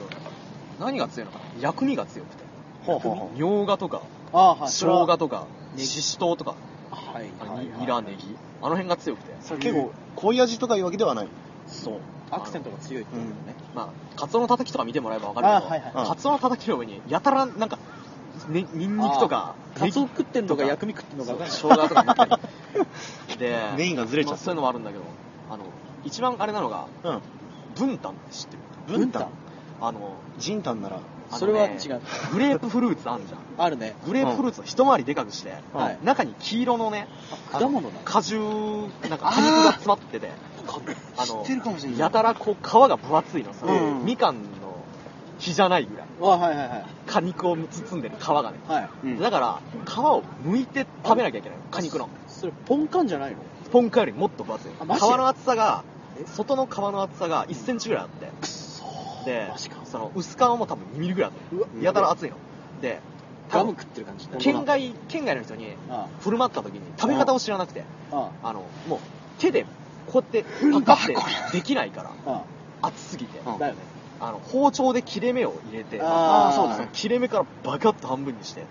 Speaker 3: 何が強いのかな薬味が強くて
Speaker 2: ほうほうほ
Speaker 3: みょうがとか
Speaker 1: ああはい
Speaker 3: 生姜とか
Speaker 1: ネギ
Speaker 3: ししとうとか
Speaker 1: はい
Speaker 3: あ
Speaker 1: はい
Speaker 3: ニラネギあの辺が強くて
Speaker 2: う結構濃い味とかいうわけではない
Speaker 3: そう
Speaker 1: アクセントが強いってことだよね、
Speaker 3: まあカツオのたたきとか見てもらえば分かるけど
Speaker 1: あはいはい
Speaker 2: はい
Speaker 3: カツオのたたきの上にやたらなんかねニンニクとか
Speaker 1: カツオ
Speaker 3: ネギ
Speaker 1: 食ってんのか薬味食ってんのか
Speaker 3: そう
Speaker 1: 分かんない
Speaker 3: 生姜とか塗っ たりで
Speaker 2: メインがずれちゃ
Speaker 3: ま
Speaker 2: っ
Speaker 3: あそういうのもあるんだけどあの一番あれなのが
Speaker 2: たうん
Speaker 3: 分担って知ってる
Speaker 2: 分担
Speaker 3: あの
Speaker 2: ジンタンなら
Speaker 3: あのね
Speaker 1: それは違う
Speaker 3: グレープフルーツあんじゃん
Speaker 1: あるね
Speaker 3: グレープフルーツを一回りでかくして、
Speaker 2: うん
Speaker 1: はい
Speaker 3: 中に黄色のね、
Speaker 1: 果物なの
Speaker 3: 果汁、なんか果肉が詰まってて、あの、
Speaker 2: 知ってるかもしれない
Speaker 3: やたらこう皮が分厚いのさ、
Speaker 2: うん
Speaker 3: みかんの木じゃないぐらい、
Speaker 1: あはいはいはい
Speaker 3: 果肉を包んでる皮がね。
Speaker 1: はい
Speaker 2: うん
Speaker 3: だから、皮を剥いて食べなきゃいけないの、果肉の。
Speaker 1: それポンカンじゃないの
Speaker 3: ポンカよりもっと分厚い。皮
Speaker 1: あマジで
Speaker 3: の厚さが、
Speaker 1: え
Speaker 3: 外の皮の厚さが1センチぐらいあって、で
Speaker 1: マジか、
Speaker 3: その薄皮も多分2ミリぐらいあって、
Speaker 1: うわ
Speaker 3: やたら厚いの。で、
Speaker 1: ガム食ってる感じだ
Speaker 3: 県外、県外の人に、
Speaker 1: あ
Speaker 3: 振る舞った時に食べ方を知らなくて、
Speaker 1: ああ
Speaker 3: あの、もう手でこうやってパカってできないから、
Speaker 1: あ
Speaker 3: 熱すぎて、
Speaker 2: うん
Speaker 1: だよね
Speaker 3: あの、包丁で切れ目を入れて、
Speaker 1: あ
Speaker 2: ーそうだ
Speaker 3: そ
Speaker 2: ね
Speaker 3: の切れ目からバカッと半分にして、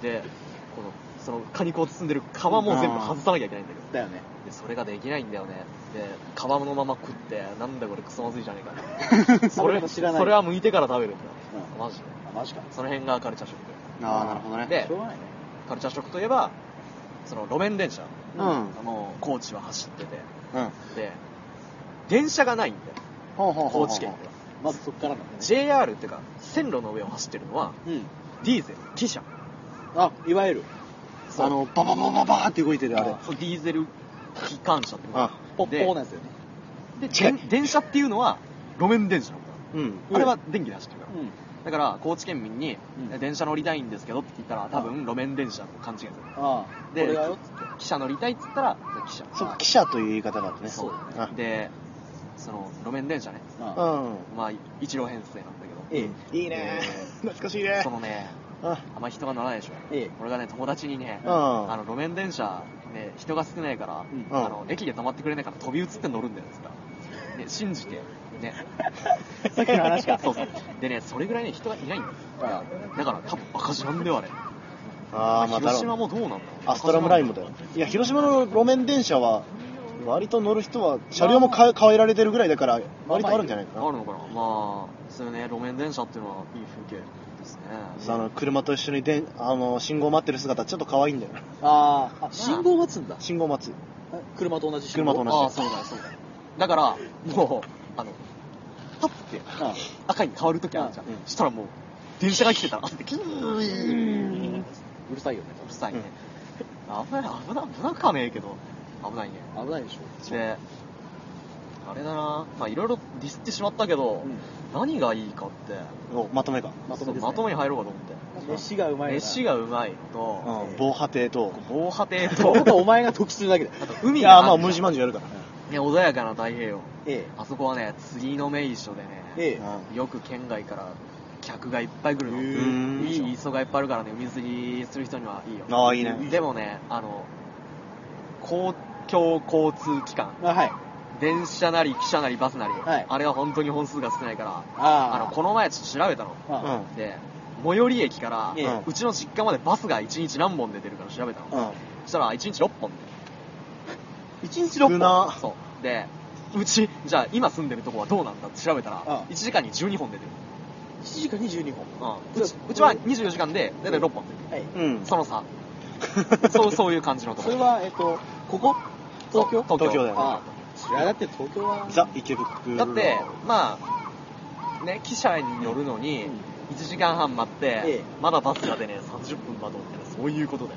Speaker 3: で、この、その果肉を包んでる皮も全部外さなきゃいけないんだけど、
Speaker 1: だよね
Speaker 3: でそれができないんだよね。で、皮のまま食って、なんだこれクソまずいじゃねえか なそ
Speaker 1: 食べ
Speaker 3: れ、
Speaker 1: 方知らない
Speaker 3: それは剥いてから食べるんだ。
Speaker 1: うん
Speaker 3: マジで。
Speaker 1: あマジか
Speaker 3: その辺がカルチャーショック。
Speaker 2: ああなるほどね
Speaker 3: で
Speaker 1: しょうがないね
Speaker 3: カルチャーショックといえば、その路面電車、
Speaker 2: うん
Speaker 3: あの、高知は走ってて、
Speaker 2: うん
Speaker 3: で、電車がないんだよ、
Speaker 2: ほうほうほう
Speaker 3: 高知県では。
Speaker 1: まずそっからなんだね
Speaker 3: JR っていうか、線路の上を走ってるのは、
Speaker 1: うん
Speaker 3: ディーゼル、汽車。
Speaker 1: あいわゆる
Speaker 3: そう
Speaker 2: あのバババババーって動いてるあれ
Speaker 3: そうディーゼル機関車って
Speaker 2: あ
Speaker 1: ポッポーなやつだよね
Speaker 3: でで電電車っていうのは、路面電車なんだ。
Speaker 2: うん
Speaker 3: あれは電気で走ってるか
Speaker 1: う
Speaker 3: だから高知県民に
Speaker 1: う
Speaker 3: 「電車乗りたいんですけど」って言ったら多分路面電車と勘違いする
Speaker 1: ああ
Speaker 3: で
Speaker 1: これがよ
Speaker 3: 汽車乗りたいっつったら汽車
Speaker 1: そっか
Speaker 2: 記者という言い方があるね
Speaker 3: そうだねでその路面電車ね
Speaker 1: ああ
Speaker 2: あうん
Speaker 3: まあ一両編成なんだけど
Speaker 1: え
Speaker 2: いいね
Speaker 3: えー
Speaker 2: 懐かしいね
Speaker 3: そのね
Speaker 2: あ
Speaker 3: あんま人が乗らないでしょ
Speaker 1: えええ
Speaker 3: 俺がね友達にね
Speaker 2: うん
Speaker 3: あの路面電車ね人が少ないから
Speaker 1: うん
Speaker 3: あの駅で止まってくれないから飛び移って乗るんだよっつったらね信じて ね
Speaker 1: さっきの話か
Speaker 3: そうそうでねそれぐらいね人がいないんだよ
Speaker 1: あ
Speaker 3: だから多分赤字なんだよあれ
Speaker 2: あーまあ
Speaker 3: 広島
Speaker 2: だろう
Speaker 3: もどうなんだろう
Speaker 2: アストラムラインもだよいや広島の路面電車は割と乗る人は車両もか変えられてるぐらいだから割とあるんじゃないか
Speaker 3: あ
Speaker 2: な、
Speaker 3: るのかなまあそういうね路面電車っていうのはいい風景ですね
Speaker 2: その車と一緒にでんあの信号待ってる姿ちょっと可愛いんだよ
Speaker 1: ああ信号待つんだ
Speaker 2: 信号待つ
Speaker 1: え車と同じ信
Speaker 2: 車
Speaker 1: 号
Speaker 2: と同じ
Speaker 3: ああそうだよそうだよだからもうあのパッて
Speaker 1: あ
Speaker 3: 赤に変わるときあるじゃん、
Speaker 2: うん
Speaker 3: そしたらもう電車が来てたらキューンう
Speaker 1: うるさいよね
Speaker 3: るさいね、危ない危ない危なくはねえけど危ないね
Speaker 1: 危ないでし
Speaker 3: であれだなまあいろいろディスってしまったけ
Speaker 1: ょ
Speaker 3: ど、
Speaker 1: うん
Speaker 3: 何がいいかって
Speaker 2: おまとめか、
Speaker 1: まとめですね
Speaker 3: まとめに入ろうかと思って
Speaker 1: 飯がうまい
Speaker 3: 飯
Speaker 1: が
Speaker 3: がうまい
Speaker 2: うん
Speaker 3: と、
Speaker 2: 防波堤と
Speaker 3: 防 波堤と
Speaker 1: とお前が得するだけだ
Speaker 3: あと海
Speaker 2: い
Speaker 3: が
Speaker 2: や
Speaker 3: あ
Speaker 2: ーまあ
Speaker 3: る
Speaker 2: 無地まんじゅうやるから、
Speaker 3: ね、穏やかな太平洋
Speaker 1: え
Speaker 3: あそこはね釣りの名所で
Speaker 1: え
Speaker 3: ね、
Speaker 1: え
Speaker 2: うん
Speaker 3: よく県外から客がいっぱい来るの、
Speaker 1: へ
Speaker 2: え
Speaker 3: いい磯がいっぱいあるからね海釣りする人にはいいよ
Speaker 2: ああいいね
Speaker 3: でもねあの公共交通機関
Speaker 1: えあはい
Speaker 3: 電車なり汽車なりバスなり、
Speaker 1: はい
Speaker 3: あれは本当に本数が少ないからあ
Speaker 1: あ
Speaker 3: のこの前ちょっと調べたの
Speaker 2: うん
Speaker 1: あ
Speaker 3: で最寄り駅から、
Speaker 1: ええ
Speaker 3: うちの実家までバスが1日何本出てるか調べたの、
Speaker 2: うん
Speaker 3: そしたら1日6本で
Speaker 1: 一日
Speaker 2: 少
Speaker 1: 六本
Speaker 2: な
Speaker 3: そうでうちじゃあ今住んでるとこはどうなんだって調べたら
Speaker 1: あ
Speaker 3: 1時間に12本出てる、
Speaker 1: 7時間22本
Speaker 3: うんうちうちは24時間で大体6本出て
Speaker 1: はい
Speaker 2: うん
Speaker 3: るその差そうそういう感じのとこ
Speaker 1: それはえっとここ
Speaker 3: そう
Speaker 1: 東京
Speaker 3: 東京
Speaker 2: 東京だよね
Speaker 1: ああいやだって東京は
Speaker 2: ザ池袋
Speaker 3: だってまあね汽車に乗るのに
Speaker 1: うん
Speaker 3: 1時間半待って、
Speaker 1: ええ
Speaker 3: まだバスが出ね30分待とうみたいなそういうことだよ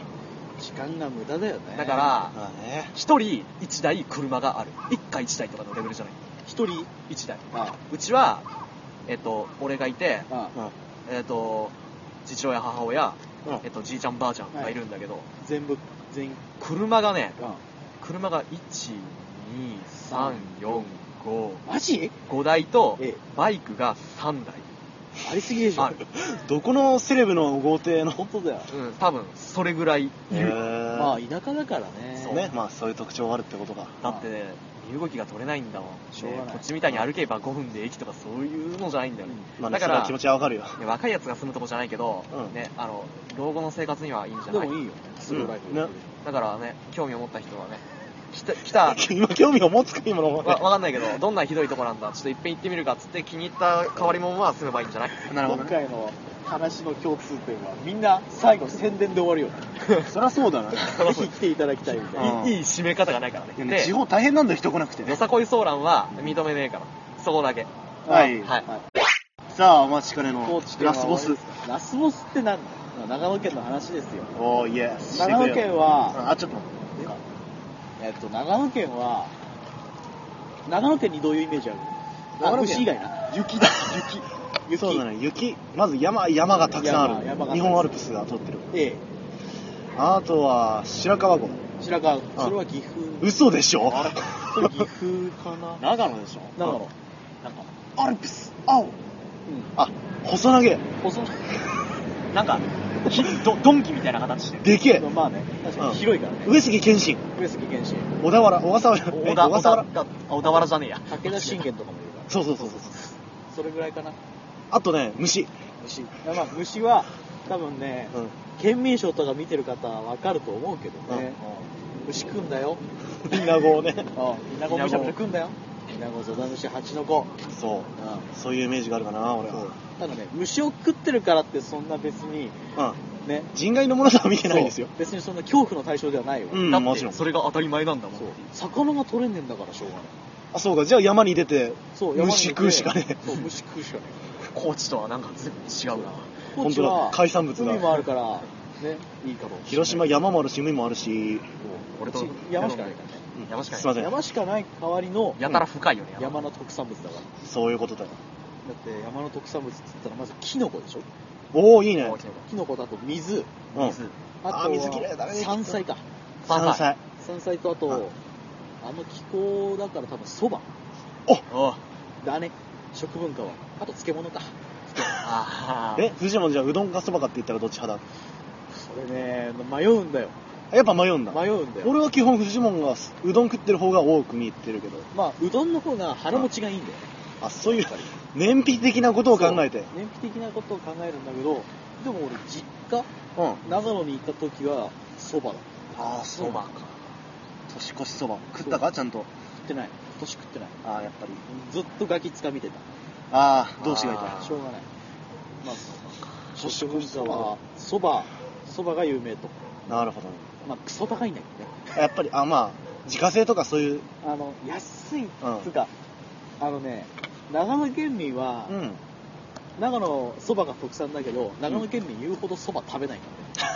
Speaker 1: 時間が無駄だよね
Speaker 3: だから
Speaker 2: まあね
Speaker 3: 1人1台車がある1家1台とかのレベルじゃない
Speaker 1: 一人
Speaker 3: 1台
Speaker 1: あ
Speaker 3: うちはえっと俺がいて
Speaker 1: あああ
Speaker 3: えっと父親母親
Speaker 2: うん
Speaker 3: えっと、じいちゃんばあちゃんがいるんだけど、
Speaker 1: 全部全員
Speaker 3: 車がね
Speaker 1: あ
Speaker 3: 車が
Speaker 1: あマジ
Speaker 3: 12345台と
Speaker 1: ええ
Speaker 3: バイクが3台
Speaker 1: ありすぎでしょ
Speaker 3: ある、
Speaker 2: どこのセレブの豪邸の
Speaker 1: 本当だよ
Speaker 3: うん、多分それぐらいい
Speaker 2: へ
Speaker 3: る
Speaker 2: ー
Speaker 1: まあ田舎だからね
Speaker 3: そう
Speaker 2: ねまあそういう特徴があるってことか
Speaker 3: だってね身動きが取れないんだもん、ね
Speaker 1: しょうがない
Speaker 3: こっちみたいに歩けば5分で駅とかそういうのじゃないんだよ、
Speaker 2: まあね
Speaker 3: だか
Speaker 2: それ
Speaker 3: ら
Speaker 2: は気持ちはわかるよ
Speaker 3: ね若いやつが住むとこじゃないけど、
Speaker 2: うん
Speaker 3: ね、あの老後の生活にはいいんじゃ
Speaker 1: で
Speaker 3: な
Speaker 1: も
Speaker 3: い
Speaker 1: いいよスローライフ
Speaker 2: ね
Speaker 3: だからね興味を持った人はね来た来た
Speaker 2: 今興味を持つか今の
Speaker 3: わわかんないけどどんなひどいとこなんだちょっといっぺん行ってみるかっつって気に入った変わり者は住めばいいんじゃない
Speaker 2: なるほど
Speaker 1: 今回の話の共通点はみんな最後宣伝で終わるよねそりゃそうだなぜひ来ていただきたいみたいな
Speaker 2: うん
Speaker 3: いいい締め方がないからね。で、
Speaker 2: 地方大変なんだよ人来なくて
Speaker 3: よさこいソーランは認めねえから。そこだけ。
Speaker 2: はい
Speaker 3: はい。
Speaker 2: さあお待ちかね
Speaker 1: 高
Speaker 2: の
Speaker 1: 知県は
Speaker 2: ラスボス
Speaker 1: ラスボスってなんだ長野県の話ですよ
Speaker 2: おーイエス
Speaker 1: 長野県は、
Speaker 2: あちょっと待って
Speaker 1: えっと長野県は長野県にどういうイメージある
Speaker 2: 長野県
Speaker 1: 牛以外な
Speaker 2: 雪だ雪
Speaker 1: 雪
Speaker 2: そうだね雪まず山山がたくさん
Speaker 1: 山
Speaker 2: あ
Speaker 1: 山
Speaker 2: る
Speaker 1: が
Speaker 2: 日本アルプスが通ってる
Speaker 1: ええ
Speaker 2: あとは白川郷
Speaker 1: 白川それは岐阜
Speaker 2: 嘘でしょ
Speaker 1: あれそれ 岐阜かな
Speaker 2: 長野でしょ
Speaker 1: 長野なんか
Speaker 2: アルプス青
Speaker 1: う
Speaker 2: あ細長げ
Speaker 1: ん細い
Speaker 3: なんか、ひど、ドンキみたいな形してる。
Speaker 2: でけえ
Speaker 1: まあね確かに広いからね
Speaker 2: 上杉謙信
Speaker 1: 上杉謙信
Speaker 2: 小田原小笠原え
Speaker 3: 小田、小
Speaker 2: 笠
Speaker 3: 田
Speaker 2: 原、
Speaker 3: あ小田原じゃねえや。
Speaker 1: 武田信玄とかもいるから
Speaker 2: そうそうそうそう
Speaker 1: それぐらいかな
Speaker 2: あとね虫
Speaker 1: 虫まあ虫は多分ね
Speaker 2: うん
Speaker 1: 県民賞とか見てる方は分かると思うけどね、虫食うんだよ
Speaker 2: イナゴね
Speaker 1: イナゴむしゃむしゃ食うんだよイナゴゾダムシハチノコ
Speaker 2: そうそういうイメージがあるかな俺は
Speaker 1: ただね虫を食ってるからってそんな別に
Speaker 2: うん
Speaker 1: ね
Speaker 2: 人外のものとは見てないですよ
Speaker 1: そう別にそんな恐怖の対象ではないわ、
Speaker 2: うん
Speaker 3: だって
Speaker 2: もちろん
Speaker 3: それが当たり前なんだもん。
Speaker 1: そう魚が取れねえんだからしょうがない
Speaker 2: あそうかじゃあ山に出て
Speaker 1: そう山に
Speaker 2: 虫食うしかね
Speaker 1: そう虫食うしかね
Speaker 3: 高知とはなんかずいぶん違うな。
Speaker 1: こっ
Speaker 2: 本
Speaker 1: ち
Speaker 2: 当だ
Speaker 1: は
Speaker 2: 海産物
Speaker 1: 海もあ
Speaker 2: が
Speaker 1: るからねいいかもしれない
Speaker 2: 広島山もあるし海もあるし
Speaker 3: 俺と
Speaker 1: こっち山しかないからね
Speaker 3: 山しか
Speaker 2: すいま
Speaker 3: ない。
Speaker 2: せん
Speaker 1: 山しかない代わりの
Speaker 3: やたら深いよね、山。
Speaker 1: 山の特産物だから
Speaker 2: そういうことだよ
Speaker 1: だって山の特産物って言ったらまずキノコでしょ
Speaker 2: おおいいね
Speaker 1: キノコだと水
Speaker 2: うん
Speaker 3: 水
Speaker 1: あ
Speaker 2: あー
Speaker 1: と
Speaker 2: 水きれいだ
Speaker 1: は
Speaker 2: ね
Speaker 1: 山菜か
Speaker 2: 山菜
Speaker 1: 山菜とあ
Speaker 2: は
Speaker 1: とあの気候だから多分そば
Speaker 3: お
Speaker 1: だね食文化はあと漬物か
Speaker 3: あー
Speaker 2: え藤本じゃあうどんかそばかって言ったらどっち派
Speaker 1: それね迷うんだよ
Speaker 2: だやっぱ迷うんだ
Speaker 1: 迷うんだよ
Speaker 2: 俺は基本藤本がうどん食ってる方が多く見えてるけど
Speaker 1: まあうどんの方が腹持ちがいいんだよ
Speaker 2: あそういう燃費的なことを考えて
Speaker 1: 燃費的なことを考えるんだけどでも俺実家
Speaker 2: うん
Speaker 1: 長野に行った時はそばだ
Speaker 2: ああ
Speaker 3: そばか
Speaker 2: 年越しそば食
Speaker 1: ったか
Speaker 2: ちゃんと
Speaker 1: 食ってない年食ってない
Speaker 2: ああやっぱり
Speaker 1: ずっとガキつかみてた
Speaker 2: ああ
Speaker 3: 同志がいた
Speaker 1: しょうがないまあ年越しそばそばそばが有名と
Speaker 2: なるほど
Speaker 1: まあクソ高いんだけどね
Speaker 2: やっぱりあまあ自家製とかそういう
Speaker 1: あの安いっ
Speaker 2: うん
Speaker 1: つうか、あのね長野県民は、
Speaker 2: ん
Speaker 1: 長野そばが特産だけど長野県民言うほどそば食べないか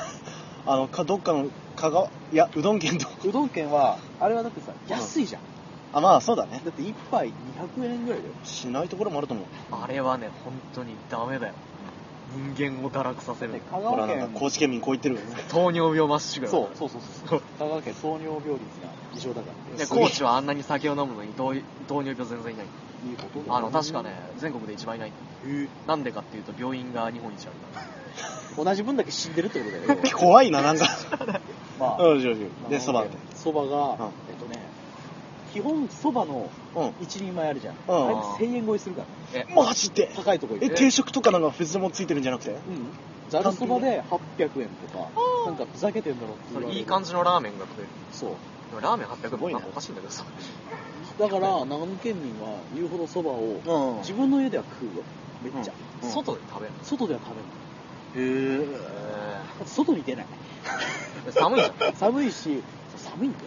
Speaker 2: あのかどっかの香川いやうどん県と
Speaker 1: ら、うどん県はあれはだってさ安いじゃん、
Speaker 2: あまあそうだね
Speaker 1: だって1杯200円ぐらいだよ
Speaker 2: しないところもあると思う
Speaker 3: あれはね本当にダメだよ人間を堕落させる
Speaker 1: で香
Speaker 2: ほ
Speaker 1: 川
Speaker 2: らな
Speaker 1: 県
Speaker 2: んか高知県民こう言ってるよね
Speaker 3: 糖尿病まっしぐら
Speaker 1: そうそうそうそう 香川県糖尿病率が異常だから
Speaker 3: で
Speaker 2: すげえ
Speaker 3: 高知はあんなに酒を飲むのに糖糖尿病全然いない
Speaker 1: いいことだよ
Speaker 3: あの確かね全国で一番いない
Speaker 1: へ
Speaker 3: なんでかっていうと病院が日本一あるから
Speaker 1: え同じ分だけ死んでるってこと だよ
Speaker 2: 怖いなな んか
Speaker 1: まあ
Speaker 2: うん上手でそばで
Speaker 1: そばが、
Speaker 2: うん
Speaker 1: えっとね基本そばの
Speaker 2: うん
Speaker 1: 一人前あるじゃん、
Speaker 2: うん
Speaker 1: あれ1000円超えするから
Speaker 3: え
Speaker 2: マジで
Speaker 1: 高いとこ行
Speaker 2: え
Speaker 1: く
Speaker 2: 定食とかなんか別もついてるんじゃなくて
Speaker 1: うんざるそばで800円とかなんかふざけてんだろって言
Speaker 3: そ
Speaker 1: われ
Speaker 3: れ
Speaker 1: る
Speaker 3: いい感じのラーメンが食える
Speaker 1: そう
Speaker 3: でもラーメン800
Speaker 2: すご
Speaker 3: 円
Speaker 2: いね
Speaker 3: なんかおかしいんだけどさ
Speaker 1: だから長野県民は言うほどそばを
Speaker 2: うん
Speaker 1: 自分の家では食うよめっちゃ、
Speaker 2: うん
Speaker 3: 外で食べる
Speaker 1: 外では食べない
Speaker 2: へえ
Speaker 1: だって外に出 ない
Speaker 3: えー寒い じゃん
Speaker 1: 寒いしそう寒いんだよ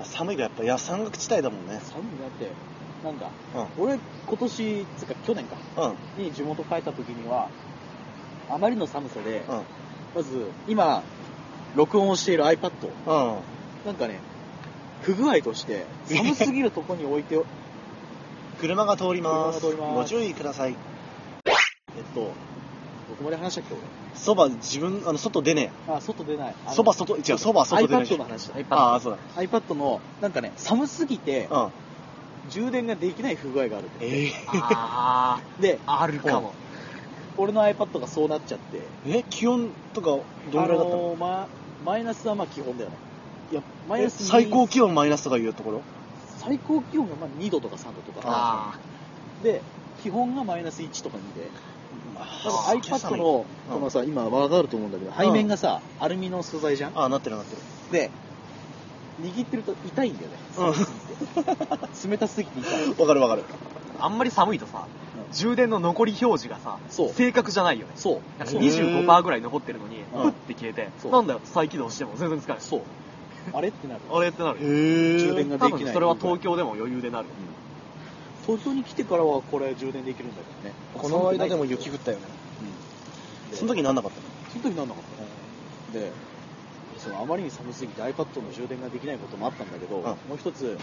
Speaker 2: 寒いがやっぱいや山岳地帯だもんね
Speaker 1: 寒いんだってなんか
Speaker 2: うん
Speaker 1: 俺今年つうか去年か
Speaker 2: うん
Speaker 1: に地元帰った時にはあまりの寒さで、
Speaker 2: うん
Speaker 1: まず今録音をしている iPad
Speaker 2: うん
Speaker 1: なんかね不具合として寒すぎるとこに置いて お
Speaker 2: 車が通ります
Speaker 1: 車が通ります
Speaker 2: ご注意ください
Speaker 1: えっとどこまで話したっけ
Speaker 2: そば自分あの外出ね
Speaker 1: 俺あ外出ない
Speaker 2: えそば外違うそば外出ない
Speaker 1: iPad の話だ
Speaker 3: iPad
Speaker 2: ああそう
Speaker 1: iPad のなんかね寒すぎて
Speaker 2: だうん
Speaker 1: 充電ができない不具合がある
Speaker 2: ええ
Speaker 3: あ
Speaker 1: で
Speaker 3: ああるかも
Speaker 1: 俺の iPad がそうなっちゃって
Speaker 2: え気温とかどんぐらいだった
Speaker 1: あ
Speaker 2: の
Speaker 1: のーまマイナスはまあ基本だよねいやマイ
Speaker 2: え
Speaker 1: ナスに
Speaker 2: 最高気温マイナスとかいうところ
Speaker 1: 最高気温がまあ2度とか3度とか
Speaker 3: あ
Speaker 1: で基本がマイナス1とか2で多分
Speaker 2: あー
Speaker 1: iPad の
Speaker 2: うん
Speaker 1: このさ今わかると思うんだけど背面がさアルミの素材じゃん
Speaker 2: ああなってるなってる
Speaker 1: で握ってると痛いんだよね
Speaker 2: うん
Speaker 1: 冷たすぎて痛い
Speaker 2: わかるわかる
Speaker 3: ああんまり寒いと
Speaker 1: う
Speaker 3: さ
Speaker 1: ん
Speaker 3: 充電の残り表示がさ
Speaker 1: そう
Speaker 3: 正確じゃないよね
Speaker 1: そう
Speaker 3: なんか
Speaker 2: そう
Speaker 3: 25%ぐらい残ってるのに
Speaker 1: うん
Speaker 3: プッて消えて
Speaker 1: そう
Speaker 3: なんだよ再起動しても全然使えない
Speaker 1: そうあれってなる
Speaker 3: あれってなるよ
Speaker 1: 充電
Speaker 2: へ
Speaker 1: が
Speaker 2: え
Speaker 3: 多
Speaker 1: でき
Speaker 3: 分
Speaker 1: ない
Speaker 3: それは東京でも余裕でなる
Speaker 1: 東京に来てからはこれ充電できるんだけどね
Speaker 2: この間でも雪降ったよね
Speaker 1: で
Speaker 2: その時なんなかった
Speaker 1: その時なんなかったねでそのあまりに寒すぎて iPad の充電ができないこともあったんだけど、
Speaker 2: ん
Speaker 1: もう一つ、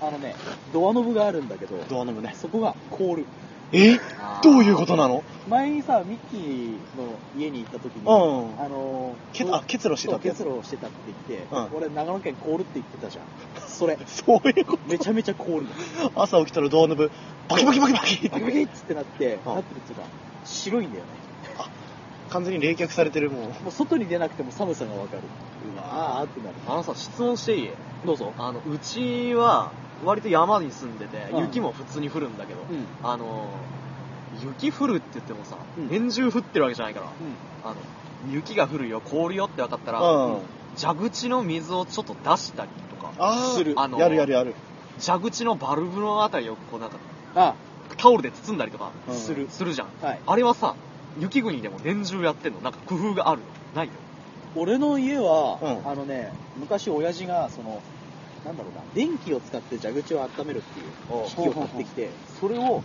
Speaker 1: あのねドアノブがあるんだけど
Speaker 2: のドアノブね
Speaker 1: そこが凍る
Speaker 2: え
Speaker 3: あー
Speaker 2: どういうことなの
Speaker 1: 前にさミッキーの家に行った時に、
Speaker 2: うん
Speaker 1: あの
Speaker 2: けあ結露してた
Speaker 1: そう結露してたって言って、
Speaker 2: うん
Speaker 1: 俺長野県凍るって言ってたじゃんそれ
Speaker 2: そういうこ
Speaker 1: めちゃめちゃ凍るの
Speaker 2: と朝起きたらドアノブバキバキバキバキ
Speaker 1: バキバキっつってなって、
Speaker 2: うん
Speaker 1: なってるっていうか白いんだよね
Speaker 2: 完全に冷却されてるもう
Speaker 1: もう外に出なくても寒さがわかるうわーってなる
Speaker 3: あのさ質問していい
Speaker 1: どうぞ
Speaker 3: あのうちは割と山に住んでて
Speaker 1: うん
Speaker 3: 雪も普通に降るんだけど
Speaker 1: うんうん
Speaker 3: あの雪降るって言ってもさ
Speaker 1: うん
Speaker 3: 年中降ってるわけじゃないからあの雪が降るよ凍るよって分かったら
Speaker 2: うん
Speaker 3: 蛇口の水をちょっと出したりとか
Speaker 2: ああ
Speaker 1: する
Speaker 3: あの
Speaker 2: やるやるやる
Speaker 3: 蛇口のバルブのあたりをこうなんか
Speaker 1: あ
Speaker 3: タオルで包んだりとか
Speaker 2: うん
Speaker 1: する
Speaker 3: するじゃん
Speaker 1: はい
Speaker 3: あれはさ雪国でも年中やってんのなんか工夫があるのないの
Speaker 1: 俺の家は、
Speaker 2: うん
Speaker 1: あのね昔親父がそのなんだろうな電気を使って蛇口を温めるっていう
Speaker 3: おう
Speaker 1: 機器を買ってきてそれを、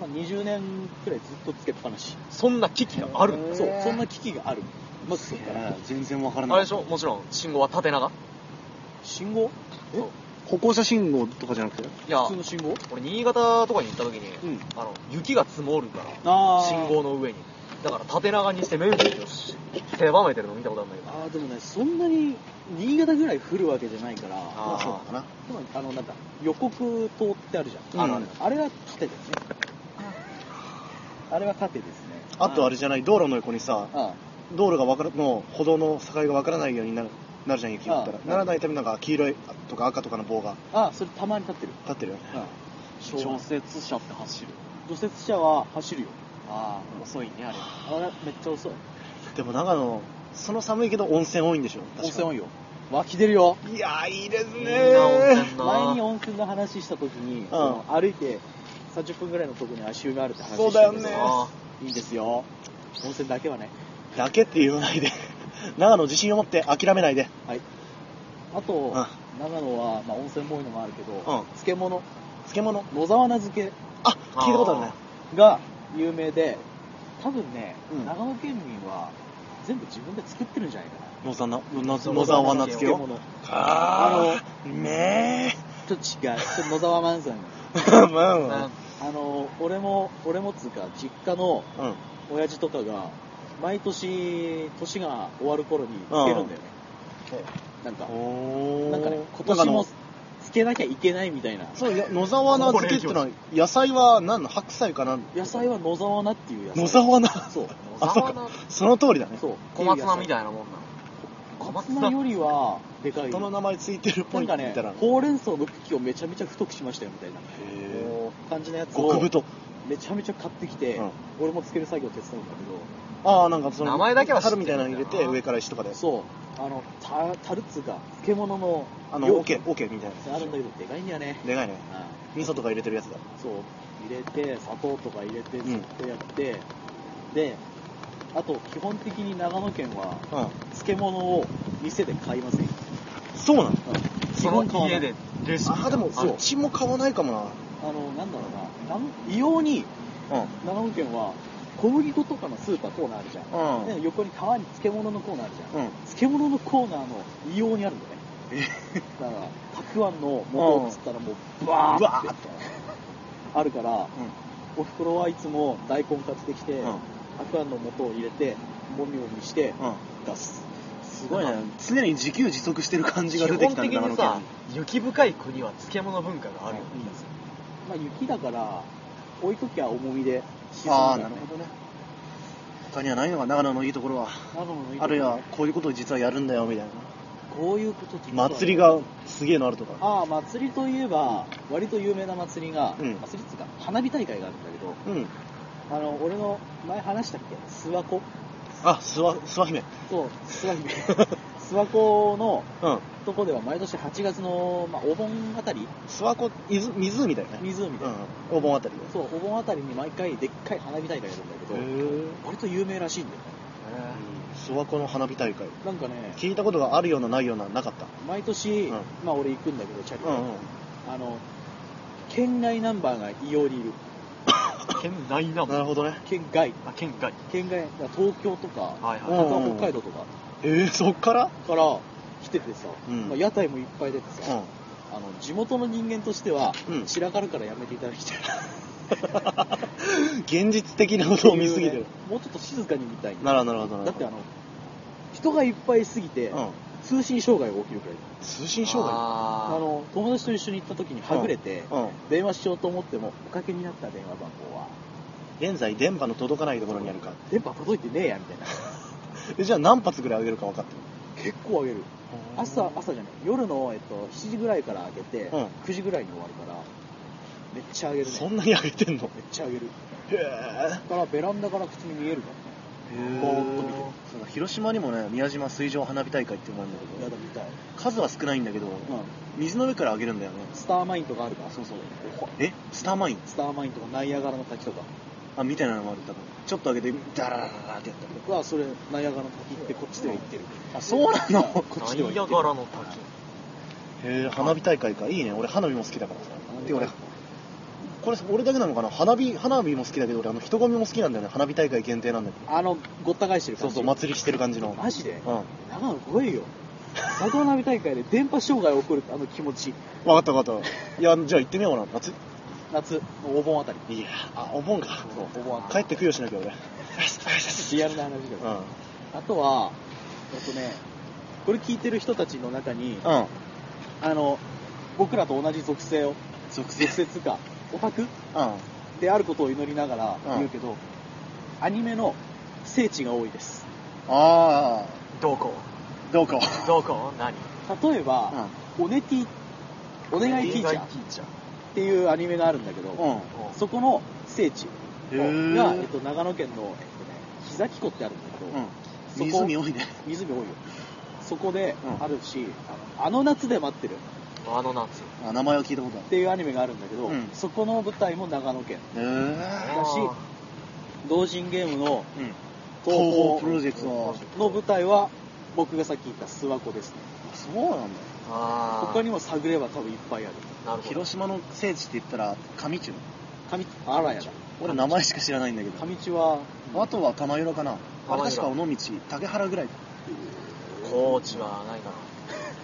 Speaker 1: まあ、20年くらいずっとつけっぱなし
Speaker 3: そんな機器があるの
Speaker 2: へー
Speaker 1: そうそんな機器があるまずそっから
Speaker 2: 全然わから
Speaker 3: あれでしょもちろん信号は縦長
Speaker 1: 信号
Speaker 3: そう
Speaker 2: 歩行者信号とかじゃなくて
Speaker 3: いや
Speaker 1: 普通の信号
Speaker 3: 俺新潟とかに行った時
Speaker 2: う
Speaker 3: に、
Speaker 2: ん
Speaker 3: あの雪が積もるから
Speaker 1: あー
Speaker 3: 信号の上にだから縦長にして面積をし狭めてるの見たことあるんだけど
Speaker 1: あーでもねそんなに新潟ぐらい降るわけじゃないから
Speaker 3: あー
Speaker 2: そうかな
Speaker 1: でもあのなんか予告灯ってあるじゃん
Speaker 2: あるある
Speaker 1: あれは縦だよねあれは縦ですね
Speaker 2: あとあれじゃない道路の横にさ
Speaker 1: あ
Speaker 2: 道路がわからの歩道の境がわからないようになるなるじゃん雪降ったら
Speaker 1: ああ
Speaker 2: ならないためになんか黄色いとか赤とかの棒が
Speaker 1: ああそれたまに立ってる
Speaker 2: 立ってるよね
Speaker 1: 除雪車って走る除雪車は走るよ
Speaker 3: ああ遅いねあれ
Speaker 1: あれめっちゃ遅い
Speaker 2: でも長野その寒いけど温泉多いんでしょ
Speaker 1: 温泉多
Speaker 2: い
Speaker 1: いよ湧き出るよ
Speaker 2: いやーいいですね
Speaker 3: いいな温泉な
Speaker 1: 前に温泉の話した時に、その歩いて30分ぐらいのところに足湯があるって話
Speaker 2: そうだよ
Speaker 1: してたけど
Speaker 3: あ
Speaker 1: いいんですよ温泉だけはね
Speaker 2: だけって言わないで長野自信を持って諦めないで
Speaker 1: あと、
Speaker 2: ん
Speaker 1: 長野は、まあ、温泉も多いのもあるけど、
Speaker 2: ん
Speaker 1: 漬物
Speaker 2: 漬物
Speaker 1: 野沢菜漬け
Speaker 2: あ聞いたことあるね
Speaker 1: が有名で多分ね、
Speaker 2: うん
Speaker 1: 長野県民は全部自分で作ってるんじゃないかな
Speaker 2: 野沢菜野沢菜
Speaker 3: 野
Speaker 2: 漬けを
Speaker 1: 物
Speaker 2: あーね
Speaker 1: ちょっと違うちょっと野沢菜漬け
Speaker 2: えまあ
Speaker 3: あ
Speaker 2: まあ
Speaker 1: あの俺も俺もっつうか実家の
Speaker 2: うん
Speaker 1: 親父とかが毎年年が終わる頃に漬けるんだよね、なんか
Speaker 2: おー
Speaker 1: なんかね今
Speaker 2: な
Speaker 1: 年
Speaker 2: んかあの
Speaker 1: も漬けなきゃいけないみたいな
Speaker 2: そうや野沢菜漬けってのは野菜は何の白菜かな
Speaker 1: 野菜は野沢菜っていう野菜
Speaker 2: 野沢菜
Speaker 1: そう
Speaker 3: 野
Speaker 2: あそう
Speaker 3: 沢
Speaker 2: か
Speaker 3: 菜
Speaker 2: その通りだね
Speaker 1: そう
Speaker 3: 小松菜み
Speaker 1: い
Speaker 3: たいなもんなの
Speaker 1: 小松菜よりはでかい
Speaker 2: 人の
Speaker 1: な
Speaker 2: 名前ついてるっぽい
Speaker 1: ん
Speaker 2: みた
Speaker 1: か
Speaker 2: い
Speaker 1: ね
Speaker 2: な
Speaker 1: ほうれん草の茎をめちゃめちゃ太くしましたよみたいな
Speaker 2: へ
Speaker 1: 感じのや
Speaker 2: ー
Speaker 1: つ
Speaker 2: 極
Speaker 1: を
Speaker 2: 太
Speaker 1: めちゃめちゃ買ってきて、
Speaker 2: うん
Speaker 1: 俺も漬ける作業手伝うんだけ
Speaker 2: ああなんかその
Speaker 3: 名前だけは知って
Speaker 2: 樽
Speaker 3: るん
Speaker 2: み
Speaker 3: だ
Speaker 2: たい
Speaker 3: よ
Speaker 2: な
Speaker 3: な
Speaker 2: の入れて上から石とかで
Speaker 1: どそうあのたたるっつうか漬物の
Speaker 2: あの
Speaker 1: 容器
Speaker 2: オケオケみたいな
Speaker 1: あるんだけどでかいんだよね
Speaker 2: でかいね
Speaker 1: あ
Speaker 2: 味噌とか入れてるやつだ
Speaker 1: そう入れて砂糖とか入れて
Speaker 2: うん
Speaker 1: ずっとやって、であと基本的に長野県は
Speaker 2: う
Speaker 1: 漬物を店で買いません、うん
Speaker 2: んそうなの
Speaker 1: 基
Speaker 3: そ
Speaker 1: 本買
Speaker 3: の
Speaker 1: わない
Speaker 3: 家でレシピ
Speaker 2: ああでも
Speaker 3: そう
Speaker 2: うちも買わないかも
Speaker 1: あのなんだろうななん異様に
Speaker 2: なうん
Speaker 1: 長野県は小麦粉とかのスーパーコーナーあるじゃん、
Speaker 2: うん
Speaker 1: で横に川に漬物のコーナーあるじゃん、
Speaker 2: うん
Speaker 1: 漬物のコーナーの異様にあるんだよねだからたくあんの元をつったらもうバーって
Speaker 2: うわーっ
Speaker 1: あるからおふくろはいつも大根買ってきて、
Speaker 2: うん
Speaker 1: たくあんの元を入れてもみもみして
Speaker 2: うん
Speaker 1: 出すす
Speaker 2: すごいね常に自給自足してる感じ
Speaker 3: 基
Speaker 2: が出てき
Speaker 3: 本
Speaker 2: た
Speaker 3: 的
Speaker 2: ね長
Speaker 3: に
Speaker 2: 野
Speaker 3: さ
Speaker 2: 県
Speaker 3: 雪深い国は漬物文化があるよね
Speaker 1: まあ、雪だから置いときゃ重みで沈む
Speaker 2: ああ
Speaker 1: んだ
Speaker 2: な
Speaker 1: よ
Speaker 2: る
Speaker 1: ね
Speaker 2: ほどね他にはないのが長野のいいところは
Speaker 1: 長野のいいとこ
Speaker 2: あるいはこういうことを実はやるんだよみたいな
Speaker 1: こういうことって
Speaker 2: 祭りがすげえのあるとか
Speaker 1: ああ祭りといえば割と有名な祭りが、
Speaker 2: うん
Speaker 1: 祭りっつうか花火大会があるんだけど
Speaker 2: うん
Speaker 1: あの俺の前話したっけ諏訪湖
Speaker 2: あ諏訪諏訪姫
Speaker 1: そう諏訪 姫諏訪湖の
Speaker 2: うん
Speaker 1: とこでは毎年8月の、まあ、お盆あたり
Speaker 2: 諏訪湖伊豆湖だよね
Speaker 1: 湖で、
Speaker 2: うんお盆あたり
Speaker 1: そうお盆あたりに毎回でっかい花火大会やるんだけ
Speaker 2: でへ
Speaker 1: ど
Speaker 2: え
Speaker 1: 割と有名らしいんだよね
Speaker 2: 諏訪湖の花火大会
Speaker 1: なんかね
Speaker 2: 聞いたことがあるようなないようななかった
Speaker 1: 毎年、
Speaker 2: うん
Speaker 1: まあ俺行くんだけどチャリで、
Speaker 2: うんうん
Speaker 1: あの県外ナンバーが異様にいる
Speaker 3: 県内
Speaker 2: な
Speaker 3: なの
Speaker 2: るほどね
Speaker 1: 県外
Speaker 3: あ県外
Speaker 1: 県外東京とか
Speaker 3: はい
Speaker 1: 北
Speaker 3: は
Speaker 2: うん
Speaker 1: 北海道とか
Speaker 2: ええそっから
Speaker 1: から来ててさ、
Speaker 2: うん
Speaker 1: まあ、屋台もいっぱい出てさ、
Speaker 2: うん
Speaker 1: あの地元の人間としては、
Speaker 2: うん
Speaker 1: 散らかるからやめていただきたいな
Speaker 2: 現実的なことを見すぎて
Speaker 1: ってい
Speaker 2: る
Speaker 1: うねもうちょっと静かに見たい
Speaker 2: なるほどなるほど
Speaker 1: だってあの人がいっぱいすぎて、
Speaker 2: うん
Speaker 1: 通信障害が起きるくらい
Speaker 2: い通信
Speaker 3: い
Speaker 2: 障害
Speaker 1: あ
Speaker 3: あ
Speaker 1: の友達と一緒に行った時にはぐれて、
Speaker 2: うん
Speaker 1: 電話しようと思ってもおかけになった電話番号は
Speaker 2: 現在電波の届かないところにあるか
Speaker 1: 電波届いてねえやみ たいな
Speaker 2: えじゃあ何発ぐらい上げるか分かってる
Speaker 1: 結構上げる朝朝じゃない夜の、えっと、7時ぐらいから上げて、
Speaker 2: うん
Speaker 1: 9時ぐらいに終わるからめっちゃ上げるね
Speaker 2: そんなに上げてんの
Speaker 1: めっちゃ上げる
Speaker 2: へえ
Speaker 1: だからベランダから普通に見えるかボーっと見てる
Speaker 2: そうだ広島にもね宮島水上花火大会っていうのがあるん
Speaker 1: らねやだ
Speaker 2: だけど
Speaker 1: みたい、
Speaker 2: 数は少ないんだけど
Speaker 1: うん、
Speaker 2: 水の上から上げるんだよね
Speaker 1: スターマインとかあるから
Speaker 2: そうそうえスターマイン
Speaker 1: スターマインとかナイアガラの滝とか
Speaker 2: あみたいなのもある多分ちょっと上げてダララララってやったりとか
Speaker 1: はそれナイアガラの滝ってこっちでは行ってる
Speaker 2: あそうなの
Speaker 1: こっちでは
Speaker 3: ナイ
Speaker 1: 行っ
Speaker 3: ア
Speaker 1: てる
Speaker 3: ガラの滝
Speaker 2: へえ花火大会かいいね俺花火も好きだからさ
Speaker 1: 火
Speaker 2: で俺これ俺だけなのかな花火花火も好きだけど俺あの人混みも好きなんだよね花火大会限定なんだけど
Speaker 1: あのごった返してる
Speaker 2: そ
Speaker 1: 感
Speaker 2: う
Speaker 1: じ
Speaker 2: そう祭りしてる感じの
Speaker 1: マジで
Speaker 2: うん
Speaker 1: 長野来いよ佐渡花火大会で電波障害を起こるあの気持ち
Speaker 2: 分かった分かったいやじゃあ行ってみようかな夏
Speaker 1: 夏お盆あたり
Speaker 2: いやあお盆か
Speaker 1: そうお盆あたり
Speaker 2: 帰って供養しなきゃ 俺
Speaker 1: リアルな話だけど、あとはえっとねこれ聞いてる人たちの中に
Speaker 2: うんうん
Speaker 1: あの僕らと同じ属性を属性属性つうかオタク
Speaker 2: うん
Speaker 1: であることを祈りながら言うけど、アニメの聖地が多いです
Speaker 2: ああ
Speaker 3: どこ
Speaker 2: どうか
Speaker 3: どこ何
Speaker 1: 例えば、オネティお願いティーチャーっ
Speaker 3: ティーチャー
Speaker 1: ていうアニメがあるんだけど、
Speaker 2: うん
Speaker 1: そこの聖地
Speaker 2: へー
Speaker 1: が、えっと、長野県の、えっとね、膝木湖ってあるんだけど、
Speaker 2: うん
Speaker 1: そこ
Speaker 2: 湖多いね
Speaker 1: 湖多いよそこで
Speaker 2: うん
Speaker 1: あるし、あのあの夏で待ってる
Speaker 3: あの夏
Speaker 2: あ名前は聞いたことあ
Speaker 1: っていうアニメがあるんだけど、
Speaker 2: うん
Speaker 1: そこの舞台も長野県
Speaker 2: るへ
Speaker 1: だし同人ゲームの
Speaker 2: えうん
Speaker 1: 東
Speaker 2: 東
Speaker 1: 宝
Speaker 2: 宝プロジェクトの
Speaker 1: の舞台は僕がさっき言った諏訪湖ですね
Speaker 2: そうなんだ
Speaker 3: あー
Speaker 1: 他にも探れば多分いっぱいある
Speaker 3: なるほど
Speaker 2: 広島の聖地って言ったら上中
Speaker 1: 上あらやだ
Speaker 2: 俺名前しか知らないんだけど
Speaker 1: 上地は
Speaker 2: あとは玉浦かなあれ
Speaker 3: 玉浦
Speaker 2: 確か尾道竹原ぐらい
Speaker 3: 高知はないな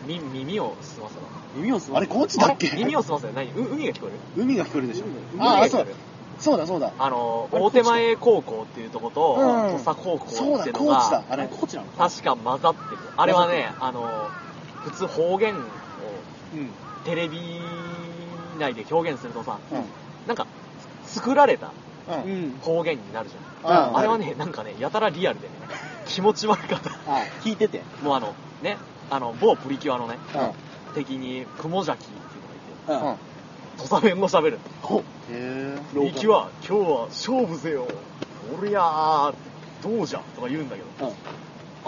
Speaker 3: み耳を澄ませば
Speaker 1: 耳をす
Speaker 2: あれ高知だっけ
Speaker 3: 耳を澄ませば何う海が聞こえる
Speaker 2: 海が聞こえるでしょ
Speaker 1: 海
Speaker 2: あ
Speaker 3: 海が
Speaker 2: あ
Speaker 3: 聞こ
Speaker 2: そ
Speaker 3: え
Speaker 2: う
Speaker 3: る
Speaker 2: そうだそうだ
Speaker 3: あの
Speaker 1: あれ
Speaker 3: 大手前高校っていうとこと
Speaker 2: うん
Speaker 3: 土佐高校
Speaker 2: そう
Speaker 3: っ
Speaker 2: だ
Speaker 3: ていうの
Speaker 2: 高知だ
Speaker 3: が
Speaker 2: あ
Speaker 1: あれ
Speaker 2: れ
Speaker 1: 高知なの
Speaker 3: 確か混ざってるあれはねあの普通方言を
Speaker 1: うん
Speaker 3: テレビ内で表現するとさ
Speaker 2: うん
Speaker 3: なんか作られた
Speaker 2: うん
Speaker 1: うん
Speaker 3: 方言になるじゃん
Speaker 1: あ
Speaker 2: あ
Speaker 1: ー
Speaker 3: あれはね、なんかね、やたらリアルでね、気持ち悪かった。
Speaker 1: あ聞いてて
Speaker 3: もうあの、ね、あの、某プリキュアのね、
Speaker 2: うん
Speaker 3: 敵に、クモジャキっていうの
Speaker 1: うん、
Speaker 3: がい
Speaker 2: うん
Speaker 3: て、土佐弁を喋る。
Speaker 1: ほ
Speaker 2: へえ
Speaker 3: プリキュア、今日は勝負ぜよ。おりゃー、どうじゃとか言うんだけど、
Speaker 1: うん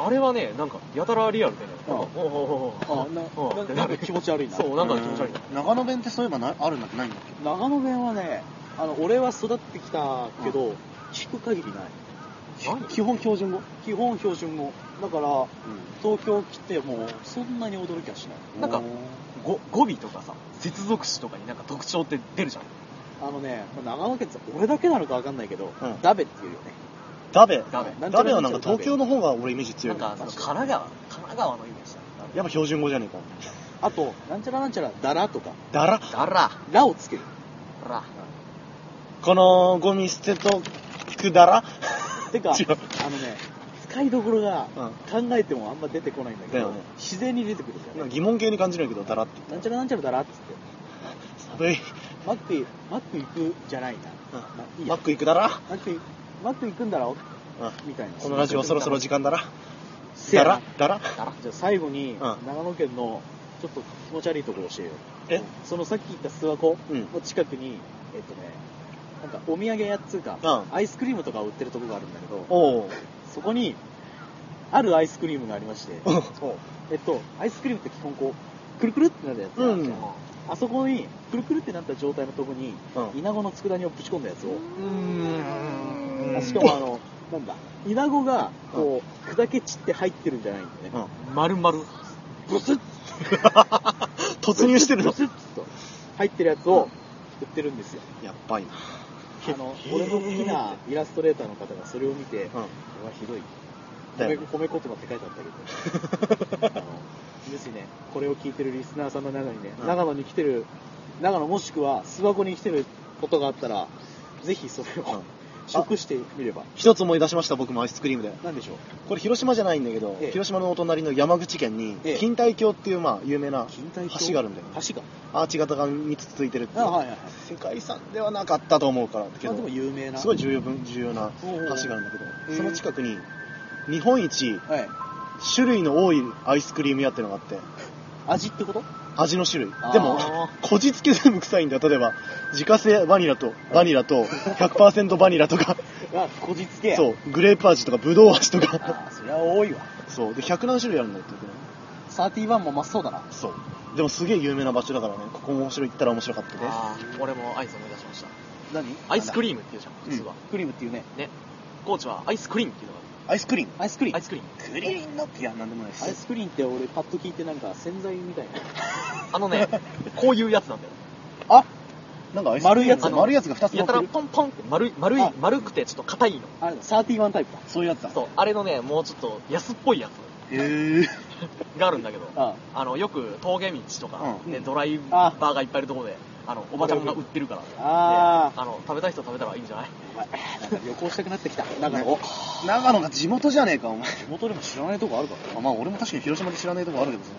Speaker 3: あれはね、なんか、やたらリアルでね、
Speaker 1: うん
Speaker 3: なんかおうおうおうお
Speaker 1: あ
Speaker 3: う
Speaker 1: な
Speaker 3: おう
Speaker 1: な
Speaker 3: って
Speaker 1: なんか気持ち悪いな
Speaker 3: そう、なんか気持ち悪いな。
Speaker 2: 長野弁ってそういえばなあるんだっけないんだっけ
Speaker 1: 長野弁はねあの俺は育ってきたけど、聞く限りない
Speaker 3: 何
Speaker 2: 基本標準語
Speaker 1: 基本標準語だから東京来てもそんなに驚きはしない
Speaker 3: なんか
Speaker 2: おー
Speaker 3: ご語尾とかさ、接続詞とかになんか特徴って出るじゃん。
Speaker 1: あのね、まあ長野県って俺だけなのか分かんないけど、
Speaker 2: うん
Speaker 1: ダベっていうよね
Speaker 2: ダベ
Speaker 3: ダメ。
Speaker 1: なんちゃ
Speaker 2: ダ
Speaker 1: ら
Speaker 2: メはなん
Speaker 1: な
Speaker 2: か
Speaker 1: んちゃら
Speaker 2: 東京の方が俺イメージ強
Speaker 3: ないん
Speaker 2: な
Speaker 3: か、その神奈川、神奈川のイメージ
Speaker 2: やっぱ標準語じゃねえか
Speaker 1: あとなんちゃらなんちゃらダラとか
Speaker 2: だら
Speaker 3: だ。だら、
Speaker 1: ラをつける
Speaker 3: ほら。
Speaker 2: このゴミ捨てとくだ ら
Speaker 1: てか
Speaker 2: 違う
Speaker 1: あのね使いどころが
Speaker 2: うん
Speaker 1: 考えてもあんま出てこないんだけ
Speaker 2: だ
Speaker 1: ど、
Speaker 2: よね
Speaker 1: 自然に出てくるじゃ
Speaker 2: なん
Speaker 1: ん
Speaker 2: か疑問形に感じるけどだらって
Speaker 1: なんちゃらなんちゃらダラっつって
Speaker 2: 寒い
Speaker 1: マックいマック行くじゃないな、
Speaker 2: うん
Speaker 1: まあいいや
Speaker 2: マック行くだら
Speaker 1: マックいマック行くんだろ
Speaker 2: うん
Speaker 1: みたいな
Speaker 2: このラジオそろそろ時間だら
Speaker 1: せや
Speaker 2: だ
Speaker 1: な
Speaker 2: らだら
Speaker 1: じゃあ最後に、
Speaker 2: ん
Speaker 1: 長野県のちょっと気持ち悪いところ教えよう
Speaker 2: え
Speaker 1: そのさっき言った諏訪湖
Speaker 2: うん
Speaker 1: の近くに、えっとねなんかお土産屋っつうか、
Speaker 2: うん
Speaker 1: アイスクリームとかを売ってるとこがあるんだけど
Speaker 2: おう
Speaker 1: そこにあるアイスクリームがありまして
Speaker 2: おう
Speaker 1: えっとアイスクリームって基本こうくるくるってなるやつがあるじゃん
Speaker 2: うん
Speaker 1: あそこにくるくるってなった状態のとこに、
Speaker 2: うん
Speaker 1: イナゴの佃煮をぶち込んだやつを、
Speaker 2: うん
Speaker 1: しかもあのなんだイナゴがこう、砕け散って入ってるんじゃないんだよね、
Speaker 2: うん
Speaker 3: まるまる。
Speaker 1: ブスッ
Speaker 2: 突入してるの
Speaker 1: ブスッと入ってるやつを売ってるんですよ
Speaker 2: やっばいな
Speaker 1: あの俺の好きなイラストレーターの方がそれを見て、これはひどい褒
Speaker 2: だ
Speaker 1: め
Speaker 2: よね
Speaker 1: 褒め言葉って書いてあったけどあ のぜひねこれを聞いてるリスナーさんの中にね、
Speaker 2: うん
Speaker 1: 長野に来てる長野もしくは諏訪湖に来てることがあったらぜひそれ
Speaker 2: う
Speaker 1: を
Speaker 2: ん
Speaker 1: 食してみれば
Speaker 2: 一つ思い出しました僕もアイスクリームで
Speaker 1: なんでしょう
Speaker 2: これ広島じゃないんだけど、
Speaker 1: ええ
Speaker 2: 広島のお隣の山口県に
Speaker 1: ええ
Speaker 2: 錦帯橋っていうまあ有名な
Speaker 1: 錦帯橋
Speaker 2: 橋があるんだよ、
Speaker 1: 橋が
Speaker 2: アーチ型が3つついてるっていう
Speaker 1: あはいはいはい
Speaker 2: 世界遺産ではなかったと思うからけ
Speaker 1: まあでも
Speaker 2: ど
Speaker 1: 有名な
Speaker 2: すごい重要分重要な橋があるんだけど、
Speaker 1: おう
Speaker 2: その近くに日本一
Speaker 1: はい
Speaker 2: 種類の多いアイスクリーム屋っていうのがあって
Speaker 1: 味ってこと
Speaker 2: 味の種類
Speaker 1: あー
Speaker 2: でも こじつけ全部臭いんだよ例えば自家製バニラとバニラと100%バニラとか
Speaker 1: あこじつけ
Speaker 2: そうグレープ味とかブドウ味とか
Speaker 1: あーそりゃ多いわ
Speaker 2: そうで100何種類あるんだよって言ってね
Speaker 1: 31もまっそうだな
Speaker 2: そうでもすげえ有名な場所だからねここも面白い行ったら面白かったです
Speaker 3: あー俺もアイス思い出しました。
Speaker 1: 何
Speaker 3: アイスクリームっていうじゃん、普通は。
Speaker 1: クリームっていうね
Speaker 3: ね。高知はアイスクリームっていうのが
Speaker 2: アイスクリーン
Speaker 1: アイスクリー
Speaker 3: ア
Speaker 1: ム
Speaker 3: イスクリーム。
Speaker 2: クリーンのいやなんでもないで
Speaker 1: アイスクリーンって俺パッと聞いてなんか洗剤みたいな
Speaker 3: あ のね、こういうやつなんだよ。
Speaker 1: あ
Speaker 2: なんかアイス
Speaker 1: 丸いやつ
Speaker 2: あの丸いやつが2つ乗
Speaker 3: や
Speaker 2: ったて
Speaker 3: ら
Speaker 2: る
Speaker 3: ポンポンって丸い、丸い
Speaker 1: あ、
Speaker 3: 丸くてちょっと硬いの。
Speaker 1: あれだ31タイプだ
Speaker 2: そういうやつだ
Speaker 3: そう、あれのね、もうちょっと安っぽいやつ。
Speaker 2: え
Speaker 3: があるんだけど、
Speaker 1: あ
Speaker 3: あのよく峠道とか、
Speaker 2: うん
Speaker 3: ね、ドライバーがいっぱいいるところであのおばちゃんが売ってるから
Speaker 1: あ
Speaker 3: であの食べたい人は食べたらいいんじゃない
Speaker 1: なんか旅行したくなってきた。な
Speaker 2: な
Speaker 1: んん
Speaker 2: か
Speaker 1: か、
Speaker 2: おー長野が地元じゃねえかお前
Speaker 1: 地元でも知らないとこあるからね。
Speaker 2: あまあ俺も確かに広島で知らないとこあるけどさ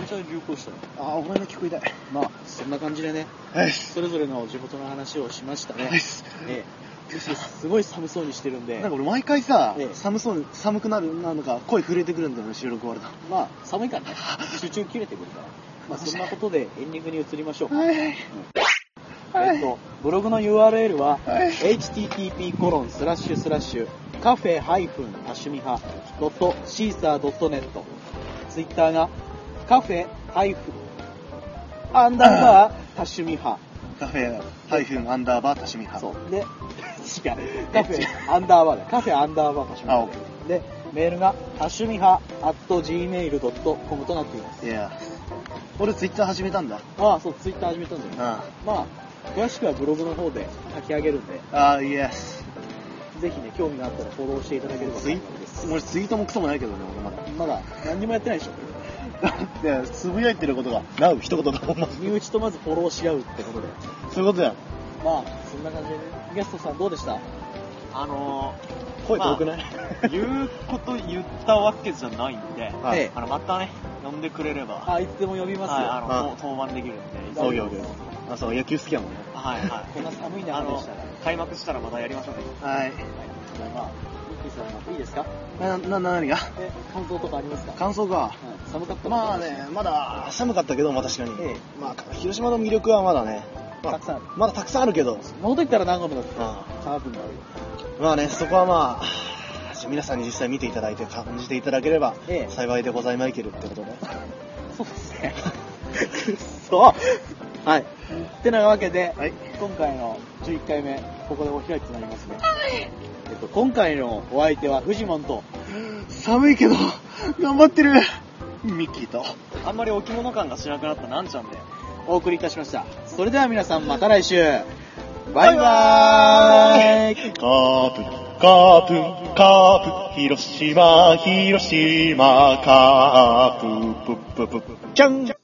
Speaker 1: めちゃめちゃ流行したね。
Speaker 2: ああ俺の聞こえたい
Speaker 1: まあ、そんな感じでね、
Speaker 2: はい
Speaker 1: それぞれの地元の話をしましたね
Speaker 2: は。いっす
Speaker 1: ええ、むしろすごい寒そうにしてるんで
Speaker 2: なん、か俺毎回さ、
Speaker 1: ええ
Speaker 2: 寒そうに寒くなるなのか声震えてくるんだよね収録終わると
Speaker 1: まあ、寒いからね、集中切れてくるから。 まあ、そんなことでエンディングに移りましょうか。
Speaker 2: はい
Speaker 1: えっと、ブログの URL は、
Speaker 2: はい
Speaker 1: http コロンスラッシュスラッシュカフェハイフン多趣味派ドットシーサードットネットツイッターがカフェハイフンアンダーバー多趣味派
Speaker 2: カフェハイフンアンダーバー多趣味派
Speaker 1: そうで 違うカフェアンダーバーだよカフェアンダーバー多趣味
Speaker 2: あオッ
Speaker 1: 派でメールが多趣味派 at gmail.com となっています
Speaker 2: いや俺ツイッター始めたんだ
Speaker 1: ああそうツイッター始めたんだよね
Speaker 2: あ
Speaker 1: まあ詳しくはブログの方で書き上げるんで
Speaker 2: ああイエス
Speaker 1: ぜひね、興味があったらフォローしていただければ
Speaker 2: ツイ
Speaker 1: 幸いです。
Speaker 2: 俺ツイートもクソもないけどね俺まだ
Speaker 1: まだ何にもやってないでしょ。
Speaker 2: だってつぶやいてることがなう一言だもんまず
Speaker 1: 身内とまずフォローし合うってことで。
Speaker 2: そういうことや
Speaker 1: まあ、そんな感じでね。ゲストさんどうでした
Speaker 3: あの
Speaker 2: 声遠くない、
Speaker 3: ー、言うこと言ったわけじゃないんで、
Speaker 2: はい
Speaker 1: ええ
Speaker 3: あのまたね呼んでくれれば、はい、
Speaker 1: あいつでも呼びますよ。
Speaker 3: あの
Speaker 2: うん
Speaker 3: 登板できるんで
Speaker 2: そうよよあそう野球好きやもんね
Speaker 3: はいはい
Speaker 1: こんな寒い中でしたら。
Speaker 3: 開幕したらまたやりましょうね
Speaker 2: はい
Speaker 1: じゃあまあ、ミッキーさんもいいですか
Speaker 2: ななな何が
Speaker 1: え、感想とかありますか
Speaker 2: 感想か
Speaker 1: うん寒かった
Speaker 2: まあね、まだ寒かったけど、まあ、確かに、
Speaker 1: え
Speaker 2: まあ、広島の魅力はまだね、まあ
Speaker 1: たくさんある
Speaker 2: まだたくさんあるけど、うん
Speaker 1: 戻ってきたら何個もだって。
Speaker 2: ま
Speaker 1: サーブになるよ。
Speaker 2: あね、そこはまあ、皆さんに実際見ていただいて、感じていただければ
Speaker 1: ええ、
Speaker 2: 幸いでございまいけるってこと で。
Speaker 1: そうですね。そうはい。ってなわけで、
Speaker 2: はい
Speaker 1: 今回の11回目、ここでお開きとなりますね。えっと、今回のお相手はフジモンと、
Speaker 2: 寒いけど、頑張ってるミッキーと。
Speaker 3: あんまり置物感がしなくなったなんちゃんで
Speaker 1: お送りいたしました。それでは皆さんまた来週バイバーイ
Speaker 2: カープ、カープ、カープ、広島、広島、カープ、プッププップ、キャン